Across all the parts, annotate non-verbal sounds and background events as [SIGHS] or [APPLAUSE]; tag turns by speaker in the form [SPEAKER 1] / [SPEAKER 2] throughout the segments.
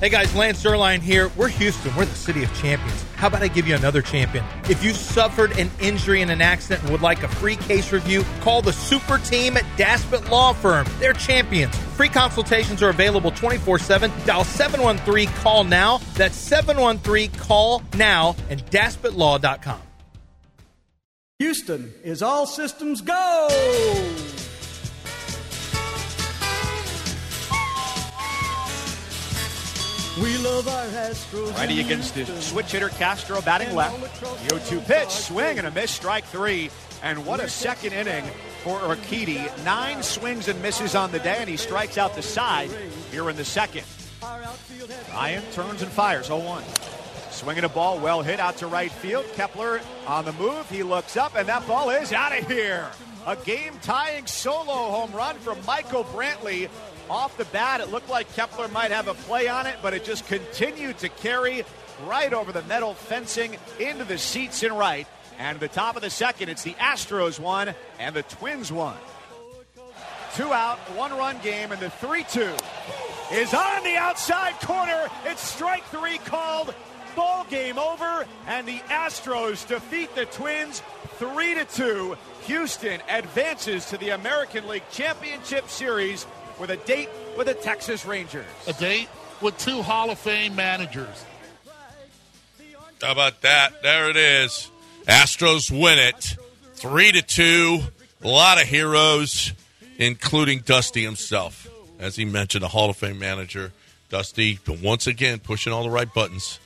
[SPEAKER 1] Hey guys, Lance Erline here. We're Houston. We're the city of champions. How about I give you another champion? If you've suffered an injury in an accident and would like a free case review, call the super team at Daspit Law Firm. They're champions. Free consultations are available 24 7. Dial 713 Call Now. That's 713 Call Now and DaspitLaw.com.
[SPEAKER 2] Houston is all systems go. We love our Astros.
[SPEAKER 3] Righty against the switch hitter Castro batting left. The 0 2 pitch, swing and a miss, strike three. And what a second inning for Urquidy. Nine swings and misses on the day, and he strikes out the side here in the second. Ryan turns and fires 0 1. Swinging a ball, well hit out to right field. Kepler on the move. He looks up, and that ball is out of here. A game tying solo home run from Michael Brantley. Off the bat, it looked like Kepler might have a play on it, but it just continued to carry right over the metal fencing into the seats in right. And the top of the second, it's the Astros one and the Twins one. Two out, one run game, and the 3 2 is on the outside corner. It's strike three called ball game over, and the Astros defeat the Twins three to two. Houston advances to the American League Championship Series with a date with the Texas Rangers.
[SPEAKER 4] A date with two Hall of Fame managers.
[SPEAKER 5] How about that? There it is. Astros win it, three to two. A lot of heroes, including Dusty himself, as he mentioned, a Hall of Fame manager. Dusty once again pushing all the right buttons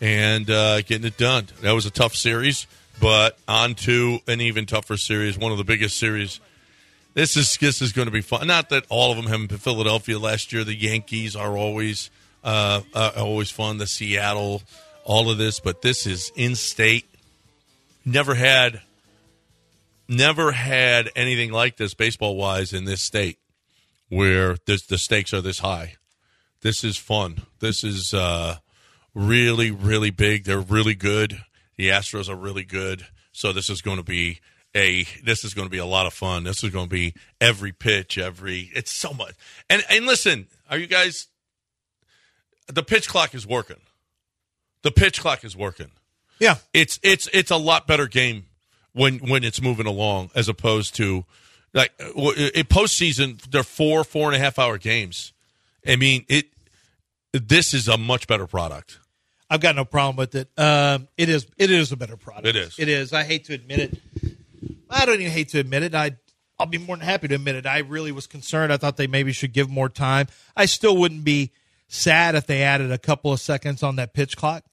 [SPEAKER 5] and uh, getting it done. That was a tough series, but on to an even tougher series, one of the biggest series. This is this is going to be fun. Not that all of them haven't been Philadelphia last year. The Yankees are always uh, uh, always fun. The Seattle, all of this, but this is in state. Never had, never had anything like this baseball wise in this state where this, the stakes are this high. This is fun. This is uh, really, really big. They're really good. The Astros are really good. So this is going to be a this is going to be a lot of fun. This is going to be every pitch, every it's so much. And and listen, are you guys? The pitch clock is working. The pitch clock is working.
[SPEAKER 1] Yeah.
[SPEAKER 5] It's it's it's a lot better game when when it's moving along as opposed to like in postseason they're four four and a half hour games. I mean it. This is a much better product.
[SPEAKER 1] I've got no problem with it. Um, it is it is a better product.
[SPEAKER 5] It is.
[SPEAKER 1] It is. I hate to admit it. I don't even hate to admit it. I I'll be more than happy to admit it. I really was concerned. I thought they maybe should give more time. I still wouldn't be sad if they added a couple of seconds on that pitch clock.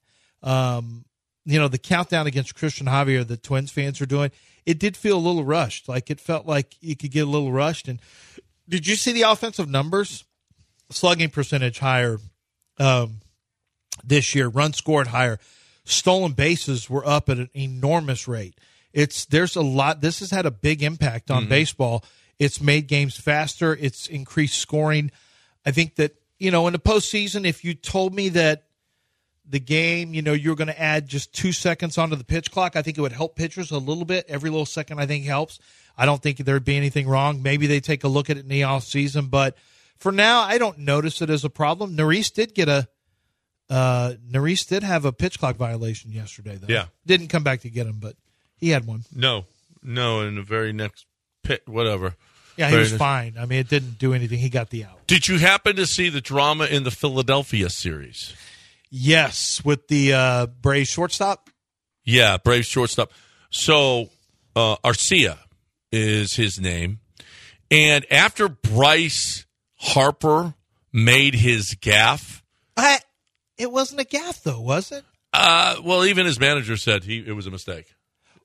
[SPEAKER 1] Um, you know, the countdown against Christian Javier the Twins fans are doing, it did feel a little rushed. Like it felt like you could get a little rushed. And did you see the offensive numbers? Slugging percentage higher um, this year. Runs scored higher. Stolen bases were up at an enormous rate. It's there's a lot. This has had a big impact on baseball. It's made games faster. It's increased scoring. I think that you know in the postseason, if you told me that the game, you know, you're going to add just two seconds onto the pitch clock, I think it would help pitchers a little bit. Every little second, I think helps. I don't think there'd be anything wrong. Maybe they take a look at it in the off season, but for now, I don't notice it as a problem. Norris did get a uh, Norris did have a pitch clock violation yesterday, though.
[SPEAKER 5] Yeah.
[SPEAKER 1] didn't come back to get him, but he had one.
[SPEAKER 5] No, no. In the very next pit, whatever.
[SPEAKER 1] Yeah, he
[SPEAKER 5] Very
[SPEAKER 1] was
[SPEAKER 5] nice.
[SPEAKER 1] fine. I mean, it didn't do anything. He got the out.
[SPEAKER 5] Did you happen to see the drama in the Philadelphia series?
[SPEAKER 1] Yes, with the uh, Braves shortstop.
[SPEAKER 5] Yeah, Braves shortstop. So uh, Arcia is his name, and after Bryce Harper made his gaffe,
[SPEAKER 1] I, it wasn't a gaff though, was it?
[SPEAKER 5] uh, well, even his manager said he it was a mistake.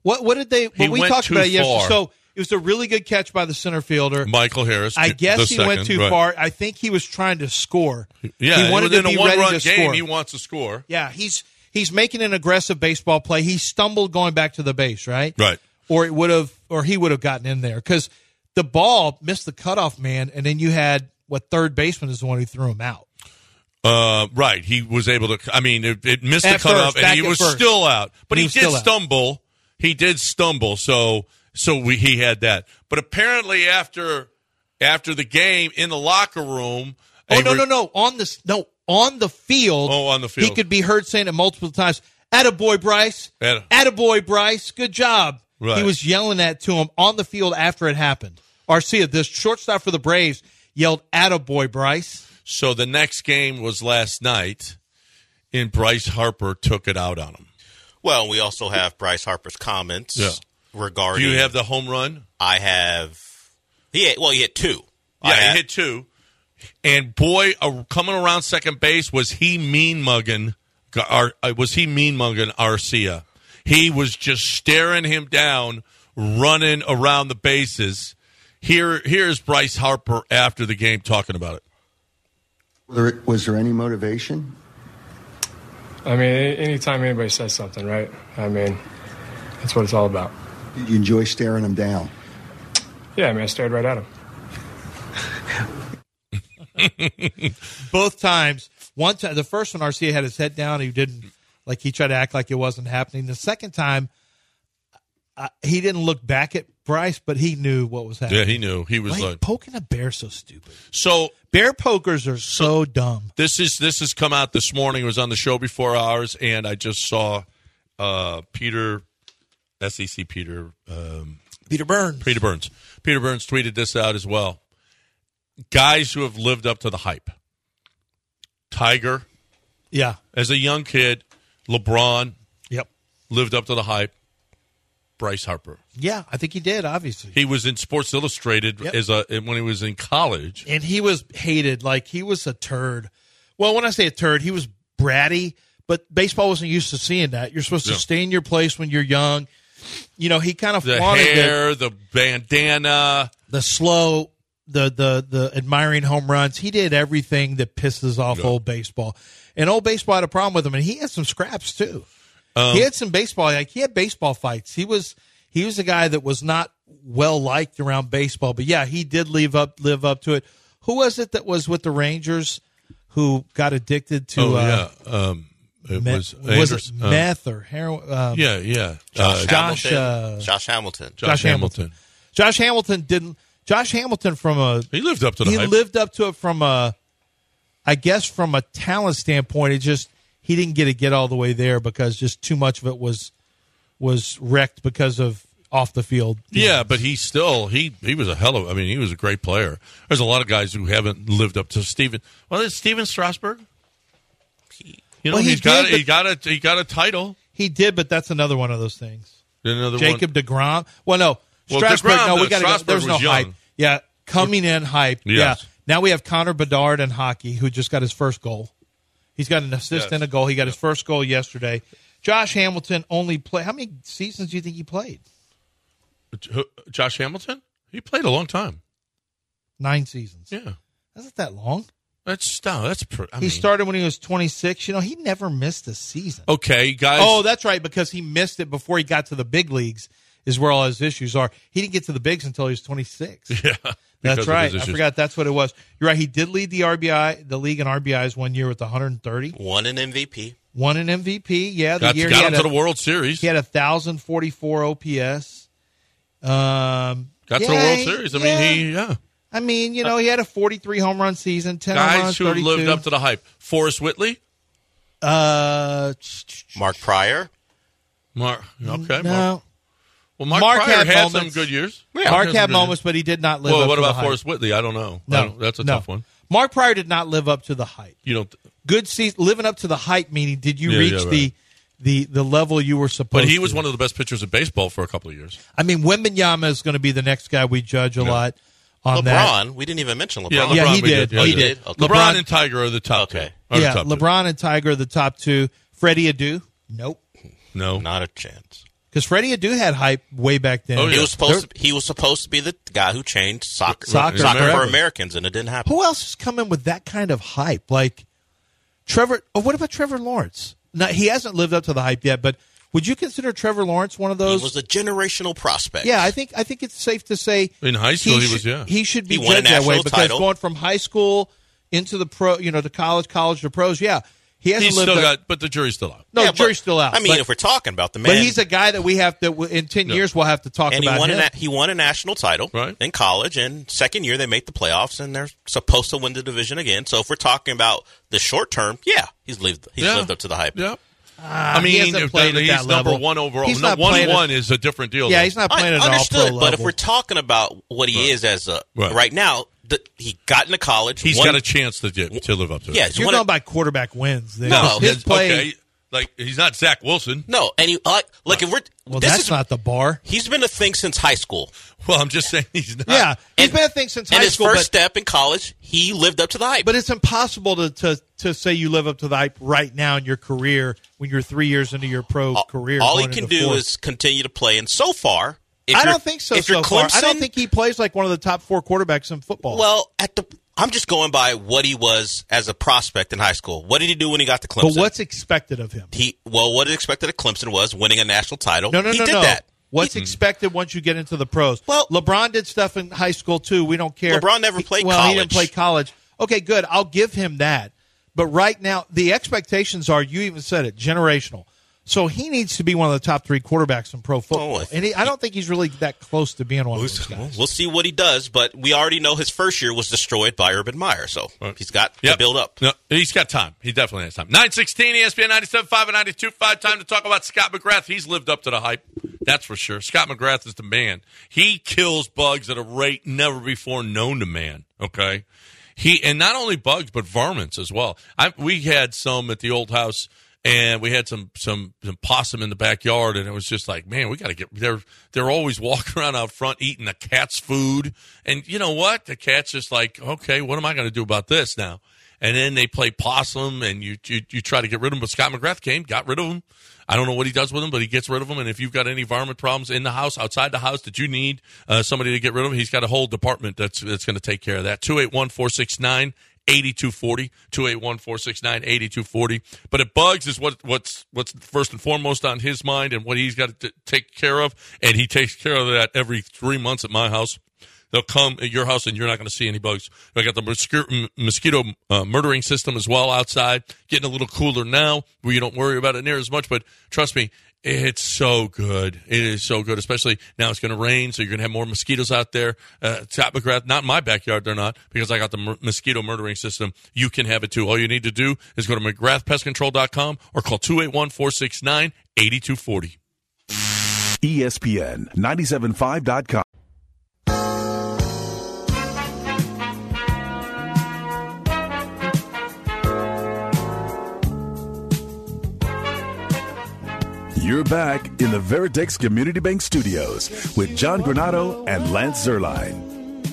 [SPEAKER 1] What What did they?
[SPEAKER 5] He
[SPEAKER 1] But we
[SPEAKER 5] went
[SPEAKER 1] talked
[SPEAKER 5] too
[SPEAKER 1] about it yesterday.
[SPEAKER 5] far.
[SPEAKER 1] So it was a really good catch by the center fielder.
[SPEAKER 5] Michael Harris.
[SPEAKER 1] I
[SPEAKER 5] the
[SPEAKER 1] guess he went
[SPEAKER 5] second,
[SPEAKER 1] too
[SPEAKER 5] right.
[SPEAKER 1] far. I think he was trying to score.
[SPEAKER 5] Yeah,
[SPEAKER 1] he wanted
[SPEAKER 5] in
[SPEAKER 1] to
[SPEAKER 5] a
[SPEAKER 1] be ready to
[SPEAKER 5] one-run game,
[SPEAKER 1] score.
[SPEAKER 5] he wants to score.
[SPEAKER 1] yeah, he's he's making an aggressive baseball play. He stumbled going back to the base, right?
[SPEAKER 5] Right.
[SPEAKER 1] Or it would have, or he would have gotten in there because the ball missed the cutoff man, and then you had what third baseman is the one who threw him out.
[SPEAKER 5] Uh, right. He was able to. I mean, it, it missed
[SPEAKER 1] At
[SPEAKER 5] the cutoff,
[SPEAKER 1] first,
[SPEAKER 5] and he
[SPEAKER 1] back at
[SPEAKER 5] was
[SPEAKER 1] first.
[SPEAKER 5] still out. But
[SPEAKER 1] He
[SPEAKER 5] he,
[SPEAKER 1] was
[SPEAKER 5] did
[SPEAKER 1] still out.
[SPEAKER 5] stumble. He did stumble. So so we, he had that. But apparently, after after the game in the locker room,
[SPEAKER 1] Oh
[SPEAKER 5] they
[SPEAKER 1] no
[SPEAKER 5] were-
[SPEAKER 1] no no! On this no on the field.
[SPEAKER 5] Oh, on the field.
[SPEAKER 1] He could be heard saying it multiple times. Attaboy, Bryce.
[SPEAKER 5] Atta-
[SPEAKER 1] Attaboy, Bryce. Good job.
[SPEAKER 5] Right.
[SPEAKER 1] He was yelling that to him on the field after it happened. Arcia, this shortstop for the Braves, yelled Attaboy, Bryce.
[SPEAKER 5] So the next game was last night, and Bryce Harper took it out on him.
[SPEAKER 6] Well, we also have Bryce Harper's comments
[SPEAKER 5] Yeah. Do
[SPEAKER 6] regarding.
[SPEAKER 5] you have the home run?
[SPEAKER 6] I have. He had, well, he had two.
[SPEAKER 5] Yeah,
[SPEAKER 6] I had,
[SPEAKER 5] he hit two. And boy, uh, coming around second base was he mean mugging. Gar- uh, Was he mean mugging Arcia? He was just staring him down, running around the bases. Here, here's Bryce Harper after the game talking about it.
[SPEAKER 7] There- was there any motivation?
[SPEAKER 8] I mean, a- anytime anybody says something, right? I mean, that's what it's all about.
[SPEAKER 7] Did you enjoy staring them down?
[SPEAKER 8] Yeah, I mean, I stared right at him.
[SPEAKER 1] Both times. One time, the first one, Arcia had his head down. He didn't like he tried to act like it wasn't happening. The second time, uh, he didn't look back at Bryce, but he knew what was happening.
[SPEAKER 5] Yeah, he knew he was
[SPEAKER 1] Why
[SPEAKER 5] like
[SPEAKER 1] poking a bear so stupid?
[SPEAKER 5] so.
[SPEAKER 1] Bear pokers are so dumb.
[SPEAKER 5] This is this has come out this morning. It was on the show before ours, and I just saw uh, Peter, SEC Peter um,
[SPEAKER 1] Peter Burns.
[SPEAKER 5] Peter Burns. Peter Burns tweeted this out as well. Guys who have lived up to the hype. Tiger,
[SPEAKER 1] Yeah.
[SPEAKER 5] as a young kid, LeBron
[SPEAKER 1] Yep.
[SPEAKER 5] lived up to the hype. Bryce Harper.
[SPEAKER 1] Yeah, I think he did. Obviously,
[SPEAKER 5] He was in Sports Illustrated
[SPEAKER 1] Yep.
[SPEAKER 5] as a when he was in college.
[SPEAKER 1] and he was hated. Like he was a turd. Well, when I say a turd, he was bratty. But baseball wasn't used to seeing that. You're supposed
[SPEAKER 5] Yeah.
[SPEAKER 1] to stay in your place when you're young. You know, he kind of
[SPEAKER 5] The
[SPEAKER 1] flaunted the,
[SPEAKER 5] hair, the bandana.
[SPEAKER 1] the slow, the the the admiring home runs. He did everything that pisses off old baseball, and old baseball had a problem with him. And he had some scraps too.
[SPEAKER 5] Um,
[SPEAKER 1] he had some baseball. Like he had baseball fights. He was he was a guy that was not well liked around baseball. But yeah, he did live up live up to it. Who was it that was with the Rangers who got addicted to?
[SPEAKER 5] Oh
[SPEAKER 1] uh,
[SPEAKER 5] yeah, um, it
[SPEAKER 1] me-
[SPEAKER 5] was
[SPEAKER 1] was it
[SPEAKER 5] Anderson- uh,
[SPEAKER 1] meth or heroin? Um,
[SPEAKER 5] yeah, yeah.
[SPEAKER 6] Josh,
[SPEAKER 5] Uh,
[SPEAKER 1] Josh,
[SPEAKER 6] Hamilton.
[SPEAKER 1] uh,
[SPEAKER 6] Josh Hamilton.
[SPEAKER 5] Josh,
[SPEAKER 1] Josh
[SPEAKER 5] Hamilton.
[SPEAKER 1] Hamilton. Josh Hamilton didn't. Josh Hamilton from a
[SPEAKER 5] He lived up to the
[SPEAKER 1] he
[SPEAKER 5] hype.
[SPEAKER 1] lived up to it from a i guess from a talent standpoint it just he didn't get to get all the way there because just too much of it was was wrecked because of off the field
[SPEAKER 5] Yeah, but he still he he was a hell of. I mean, he was a great player. There's a lot of guys who haven't lived up to Steven. Well, it's Steven Strasburg. You know,
[SPEAKER 1] Well, he
[SPEAKER 5] he's got
[SPEAKER 1] did,
[SPEAKER 5] a- he got a he got a title.
[SPEAKER 1] he did but that's another one of those things
[SPEAKER 5] Another
[SPEAKER 1] jacob degrom well no
[SPEAKER 5] Well,
[SPEAKER 1] strasburg
[SPEAKER 5] DeGrom,
[SPEAKER 1] no we
[SPEAKER 5] though,
[SPEAKER 1] got to
[SPEAKER 5] Strasburg
[SPEAKER 1] go there's no
[SPEAKER 5] was young.
[SPEAKER 1] hype yeah coming in hype
[SPEAKER 5] Yes.
[SPEAKER 1] yeah now we have connor bedard in hockey who just got his first goal he's got an assist
[SPEAKER 5] Yes.
[SPEAKER 1] and a goal he got his first goal yesterday josh hamilton only played how many seasons do you think he played
[SPEAKER 5] one. Josh Hamilton. He played a long time.
[SPEAKER 1] nine seasons
[SPEAKER 5] Yeah,
[SPEAKER 1] That's not that long.
[SPEAKER 5] that's no, that's pretty.
[SPEAKER 1] he started when he was 26. You know, he never missed a season.
[SPEAKER 5] Okay, guys.
[SPEAKER 1] Oh, that's right, because he missed it before he got to the big leagues, is where all his issues are. He didn't get to the bigs until he was 26.
[SPEAKER 5] [LAUGHS] yeah, [LAUGHS] because
[SPEAKER 1] that's
[SPEAKER 5] of
[SPEAKER 1] right.
[SPEAKER 5] his
[SPEAKER 1] I
[SPEAKER 5] issues.
[SPEAKER 1] forgot that's what it was. You're right. He did lead the RBI, the league in RBIs one year with 130,
[SPEAKER 6] Won an MVP.
[SPEAKER 1] won an MVP. Yeah, the
[SPEAKER 5] Got,
[SPEAKER 1] year
[SPEAKER 5] got
[SPEAKER 1] he
[SPEAKER 5] him
[SPEAKER 1] had,
[SPEAKER 5] to
[SPEAKER 1] a,
[SPEAKER 5] the World Series.
[SPEAKER 1] he had 1,044 OPS. Um,
[SPEAKER 5] got to the
[SPEAKER 1] yeah,
[SPEAKER 5] World Series. I
[SPEAKER 1] yeah.
[SPEAKER 5] mean, he yeah.
[SPEAKER 1] I mean, you know, he had a 43 home run season, 10 home
[SPEAKER 5] Guys
[SPEAKER 1] runs,
[SPEAKER 5] who
[SPEAKER 1] 32.
[SPEAKER 5] lived up to the hype. Forrest Whitley.
[SPEAKER 1] uh,
[SPEAKER 6] Mark Pryor.
[SPEAKER 5] Mark. Okay. Mark.
[SPEAKER 1] no,
[SPEAKER 5] Well, Mark,
[SPEAKER 1] Mark
[SPEAKER 5] Pryor
[SPEAKER 1] had
[SPEAKER 5] had, some
[SPEAKER 1] moments.
[SPEAKER 5] good years.
[SPEAKER 1] Mark
[SPEAKER 5] some
[SPEAKER 1] had
[SPEAKER 5] good years.
[SPEAKER 1] moments, but he did not live
[SPEAKER 5] Well,
[SPEAKER 1] up
[SPEAKER 5] what
[SPEAKER 1] to the
[SPEAKER 5] about
[SPEAKER 1] hype.
[SPEAKER 5] Forrest Whitley? I don't know. I
[SPEAKER 1] No,
[SPEAKER 5] don't- that's a
[SPEAKER 1] no.
[SPEAKER 5] tough one.
[SPEAKER 1] Mark Pryor did not live up to the hype.
[SPEAKER 5] You don't,
[SPEAKER 1] Good season, living up to the hype meaning did you
[SPEAKER 5] Yeah,
[SPEAKER 1] reach
[SPEAKER 5] yeah, right.
[SPEAKER 1] the the the level you were supposed?
[SPEAKER 5] but he was
[SPEAKER 1] to?
[SPEAKER 5] one of the best pitchers in baseball for a couple of years.
[SPEAKER 1] I mean, Wembenyama is going to be the next guy we judge a lot on
[SPEAKER 6] LeBron.
[SPEAKER 1] that.
[SPEAKER 6] We didn't even mention LeBron.
[SPEAKER 5] Yeah, LeBron.
[SPEAKER 1] yeah, he
[SPEAKER 5] we
[SPEAKER 1] did.
[SPEAKER 5] Yeah,
[SPEAKER 1] He
[SPEAKER 5] yeah.
[SPEAKER 1] did.
[SPEAKER 5] LeBron,
[SPEAKER 1] LeBron-
[SPEAKER 5] and Tiger are the top.
[SPEAKER 6] Okay.
[SPEAKER 5] two. Are the
[SPEAKER 1] yeah,
[SPEAKER 5] top two.
[SPEAKER 1] LeBron and Tiger are the top two. Freddie Adu, nope,
[SPEAKER 5] No,
[SPEAKER 6] Not a chance.
[SPEAKER 1] because Freddie Adu had hype way back then.
[SPEAKER 5] Oh, yeah.
[SPEAKER 6] He was supposed.
[SPEAKER 1] There-
[SPEAKER 6] to, he was supposed to be the guy who changed soccer,
[SPEAKER 1] Soccer
[SPEAKER 6] for
[SPEAKER 1] forever.
[SPEAKER 6] Americans, and it didn't happen.
[SPEAKER 1] Who else is coming with that kind of hype? Like Trevor. Oh, what about Trevor Lawrence? Now, he hasn't lived up to the hype yet, but would you consider Trevor Lawrence one of
[SPEAKER 6] He
[SPEAKER 1] those?
[SPEAKER 6] was a generational prospect.
[SPEAKER 1] Yeah, I think I think it's safe to say
[SPEAKER 5] In high school, he
[SPEAKER 1] should-
[SPEAKER 5] was, yeah.
[SPEAKER 1] he should be
[SPEAKER 6] He won a
[SPEAKER 1] judged that way
[SPEAKER 6] national
[SPEAKER 1] because
[SPEAKER 6] title.
[SPEAKER 1] going from high school into the pro, you know, to college, college to pros, yeah, He hasn't
[SPEAKER 5] He's
[SPEAKER 1] lived
[SPEAKER 5] still
[SPEAKER 1] up-
[SPEAKER 5] got, but the jury's still out.
[SPEAKER 1] No,
[SPEAKER 6] Yeah, but-
[SPEAKER 1] jury's still out.
[SPEAKER 6] I mean,
[SPEAKER 1] but,
[SPEAKER 6] if we're talking about the man,
[SPEAKER 1] but he's a guy that we have to in ten years we'll have to talk
[SPEAKER 6] and he
[SPEAKER 1] about
[SPEAKER 6] won, a,
[SPEAKER 1] him.
[SPEAKER 6] na- he won a national title
[SPEAKER 5] Right.
[SPEAKER 6] in college, and second year they made the playoffs, and they're supposed to win the division again. So if we're talking about the short term, yeah, he's lived he's
[SPEAKER 5] Yeah.
[SPEAKER 6] lived up to the hype.
[SPEAKER 5] Yep.
[SPEAKER 1] Ah,
[SPEAKER 5] I mean,
[SPEAKER 1] he hasn't
[SPEAKER 5] if
[SPEAKER 1] played
[SPEAKER 5] that-
[SPEAKER 1] at
[SPEAKER 5] he's
[SPEAKER 1] that
[SPEAKER 5] number
[SPEAKER 1] level.
[SPEAKER 5] one overall.
[SPEAKER 1] He's
[SPEAKER 5] no,
[SPEAKER 1] not
[SPEAKER 5] one
[SPEAKER 1] playing at-
[SPEAKER 5] one is a different deal.
[SPEAKER 1] Yeah,
[SPEAKER 5] though.
[SPEAKER 1] he's not
[SPEAKER 6] I
[SPEAKER 1] playing at all pro
[SPEAKER 6] understood,
[SPEAKER 1] level.
[SPEAKER 6] but if we're talking about what he is as a
[SPEAKER 5] Right.
[SPEAKER 6] right, now, the, he got into college.
[SPEAKER 5] He's
[SPEAKER 6] won-
[SPEAKER 5] got a chance to do, to live up to.
[SPEAKER 6] yeah.
[SPEAKER 5] it.
[SPEAKER 6] he's
[SPEAKER 1] you're
[SPEAKER 6] won a-
[SPEAKER 1] going by quarterback wins, then
[SPEAKER 6] No,
[SPEAKER 1] his
[SPEAKER 5] it's-
[SPEAKER 1] play.
[SPEAKER 5] Okay, like he's not Zach Wilson.
[SPEAKER 6] no, and he like look if we're
[SPEAKER 1] Well,
[SPEAKER 6] this
[SPEAKER 1] that's
[SPEAKER 6] is
[SPEAKER 1] not the bar.
[SPEAKER 6] he's been a thing since high school.
[SPEAKER 5] Well, I'm just saying he's not.
[SPEAKER 1] Yeah, he's
[SPEAKER 6] and-
[SPEAKER 1] been a thing since
[SPEAKER 6] and
[SPEAKER 1] high
[SPEAKER 6] his
[SPEAKER 1] school.
[SPEAKER 6] first
[SPEAKER 1] but,
[SPEAKER 6] step in college, he lived up to the hype.
[SPEAKER 1] but it's impossible to, to to say you live up to the hype right now in your career when you're three years into your pro career.
[SPEAKER 6] all he
[SPEAKER 1] going
[SPEAKER 6] can
[SPEAKER 1] into
[SPEAKER 6] do
[SPEAKER 1] fourth.
[SPEAKER 6] is continue to play, and so far, if
[SPEAKER 1] I
[SPEAKER 6] you're-
[SPEAKER 1] don't think so.
[SPEAKER 6] If
[SPEAKER 1] so
[SPEAKER 6] you're
[SPEAKER 1] far.
[SPEAKER 6] Clemson,
[SPEAKER 1] I don't think he plays like one of the top four quarterbacks in football.
[SPEAKER 6] Well, at the I'm just going by what he was as a prospect in high school. What did he do when he got to
[SPEAKER 1] but
[SPEAKER 6] Clemson?
[SPEAKER 1] what's expected of him?
[SPEAKER 6] he? Well, what is expected of Clemson was winning a national title.
[SPEAKER 1] No, no,
[SPEAKER 6] he
[SPEAKER 1] no,
[SPEAKER 6] did
[SPEAKER 1] no.
[SPEAKER 6] that.
[SPEAKER 1] What's expected once you get into the pros?
[SPEAKER 6] Well-
[SPEAKER 1] LeBron did stuff in high school too. We don't care.
[SPEAKER 6] LeBron never played
[SPEAKER 1] well, he didn't
[SPEAKER 6] college.
[SPEAKER 1] play college. Okay, good. I'll give him that. But right now, the expectations are you even said it generational. So he needs to be one of the top three quarterbacks in pro football,
[SPEAKER 6] Oh, I-
[SPEAKER 1] and he, I don't think he's really that close to being one of those guys.
[SPEAKER 6] We'll see what he does, but we already know his first year was destroyed by Urban Meyer, so he's got
[SPEAKER 5] Yep.
[SPEAKER 6] to build up.
[SPEAKER 5] No, he's got time. He definitely has time. E 916 ESPN 97.5 and 92.5. Time to talk about Scott McGrath. He's lived up to the hype. That's for sure. Scott McGrath is the man. He kills bugs at a rate never before known to man. Okay. He, and not only bugs, but varmints as well. I, we had some at the old house and we had some, some, some possum in the backyard and it was just like, man, we got to get, they're, they're always [LAUGHS] walking around out front eating the cat's food. And you know what? The cat's just like, okay, what am I going to do about this now? and then they play possum and you, you you try to get rid of them but scott mcgrath came got rid of them i don't know what he does with them but he gets rid of them and if you've got any varmint problems in the house outside the house that you need uh, somebody to get rid of he's got a whole department that's that's going to take care of that 281-469 8240 281-469-8240 but it bugs is what what's what's first and foremost on his mind and what he's got to t- take care of and he takes care of that every 3 months at my house They'll come at your house and you're not going to see any bugs. I got the mosquito, m- mosquito uh, murdering system as well outside. Getting a little cooler now where you don't worry about it near as much. But trust me, it's so good. It is so good, especially now it's going to rain. So you're going to have more mosquitoes out there. Uh, Scott McGrath, not in my backyard, they're not because I got the mur- mosquito murdering system. You can have it too. All you need to do is go to McGrathPestControl.com or call 281 469 8240.
[SPEAKER 9] ESPN 975.com. You're back in the Veritex Community Bank Studios with John Granado and Lance Zerline.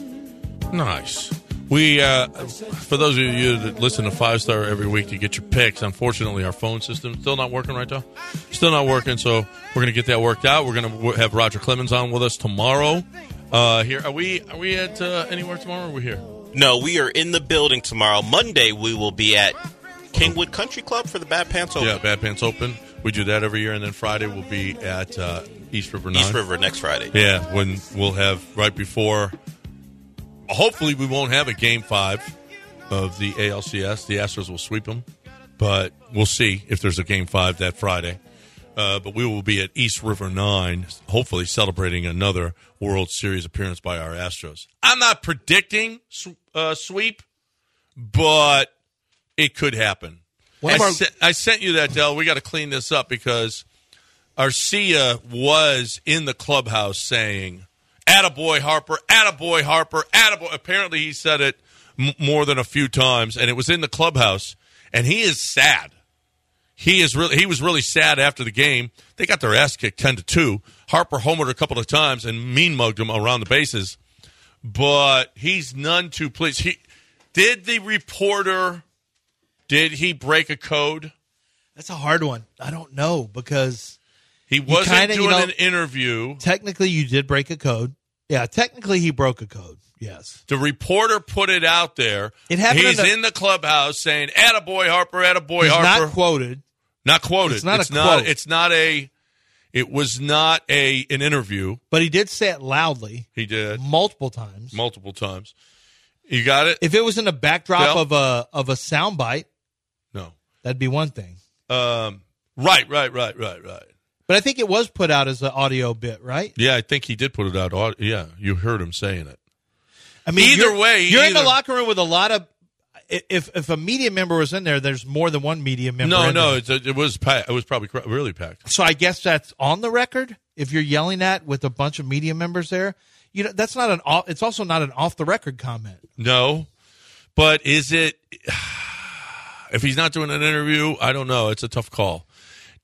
[SPEAKER 5] Nice. We, uh, for those of you that listen to Five Star every week to get your picks, unfortunately, our phone system still not working right now. Still not working, so we're going to get that worked out. We're going to w- have Roger Clemens on with us tomorrow. Uh, here, are we? Are we at uh, anywhere tomorrow? Or are we here?
[SPEAKER 6] No, we are in the building tomorrow. Monday, we will be at Kingwood Country Club for the Bad Pants Open.
[SPEAKER 5] Yeah, Bad Pants Open. We do that every year, and then Friday we'll be at uh, East River Nine.
[SPEAKER 6] East River next Friday.
[SPEAKER 5] Yeah, when we'll have right before. Hopefully, we won't have a game five of the ALCS. The Astros will sweep them, but we'll see if there's a game five that Friday. Uh, but we will be at East River Nine, hopefully celebrating another World Series appearance by our Astros. I'm not predicting sw- uh, sweep, but it could happen.
[SPEAKER 1] One of
[SPEAKER 5] I,
[SPEAKER 1] our-
[SPEAKER 5] se- I sent you that, Dell. We got to clean this up because Arcia was in the clubhouse saying, Attaboy Harper, attaboy Harper, attaboy. Apparently, he said it m- more than a few times, and it was in the clubhouse, and he is sad. He is really he was really sad after the game. They got their ass kicked ten to two. Harper homered a couple of times and mean mugged him around the bases, but he's none too pleased. He did the reporter did he break a code?
[SPEAKER 1] That's a hard one. I don't know because
[SPEAKER 5] He wasn't
[SPEAKER 1] kinda, you
[SPEAKER 5] doing
[SPEAKER 1] know-
[SPEAKER 5] an interview.
[SPEAKER 1] technically you did break a code. Yeah, technically he broke a code. Yes.
[SPEAKER 5] The reporter put it out there.
[SPEAKER 1] It happened
[SPEAKER 5] He's
[SPEAKER 1] in
[SPEAKER 5] in
[SPEAKER 1] the-
[SPEAKER 5] the, clubhouse saying, "Attaboy Harper, Attaboy
[SPEAKER 1] He's
[SPEAKER 5] Harper."
[SPEAKER 1] not quoted.
[SPEAKER 5] Not quoted.
[SPEAKER 1] It's not a
[SPEAKER 5] it's not,
[SPEAKER 1] quote.
[SPEAKER 5] It's not a. It was not a an interview.
[SPEAKER 1] But he did say it loudly
[SPEAKER 5] He did
[SPEAKER 1] multiple times.
[SPEAKER 5] multiple times. You got it?
[SPEAKER 1] If it was in the backdrop
[SPEAKER 5] Yeah.
[SPEAKER 1] of a of a soundbite,
[SPEAKER 5] No.
[SPEAKER 1] That'd be one thing.
[SPEAKER 5] Um, right, right, right, right, right.
[SPEAKER 1] But I think it was put out as an audio bit, right?
[SPEAKER 5] Yeah, I think he did put it out. au- Yeah, you heard him saying it.
[SPEAKER 1] I mean,
[SPEAKER 5] Either
[SPEAKER 1] you're-
[SPEAKER 5] way,
[SPEAKER 1] you're in the
[SPEAKER 5] either-
[SPEAKER 1] locker room with a lot of. If if a media member was in there, there's more than one media member.
[SPEAKER 5] No,
[SPEAKER 1] in
[SPEAKER 5] no,
[SPEAKER 1] there.
[SPEAKER 5] it, it was packed. It was probably cr- really packed.
[SPEAKER 1] So I guess that's on the record. If you're yelling at with a bunch of media members there, you know that's not an. Off, it's also not an off the record comment. [LAUGHS]
[SPEAKER 5] No, but is it? [SIGHS] If he's not doing an interview, I don't know. It's a tough call.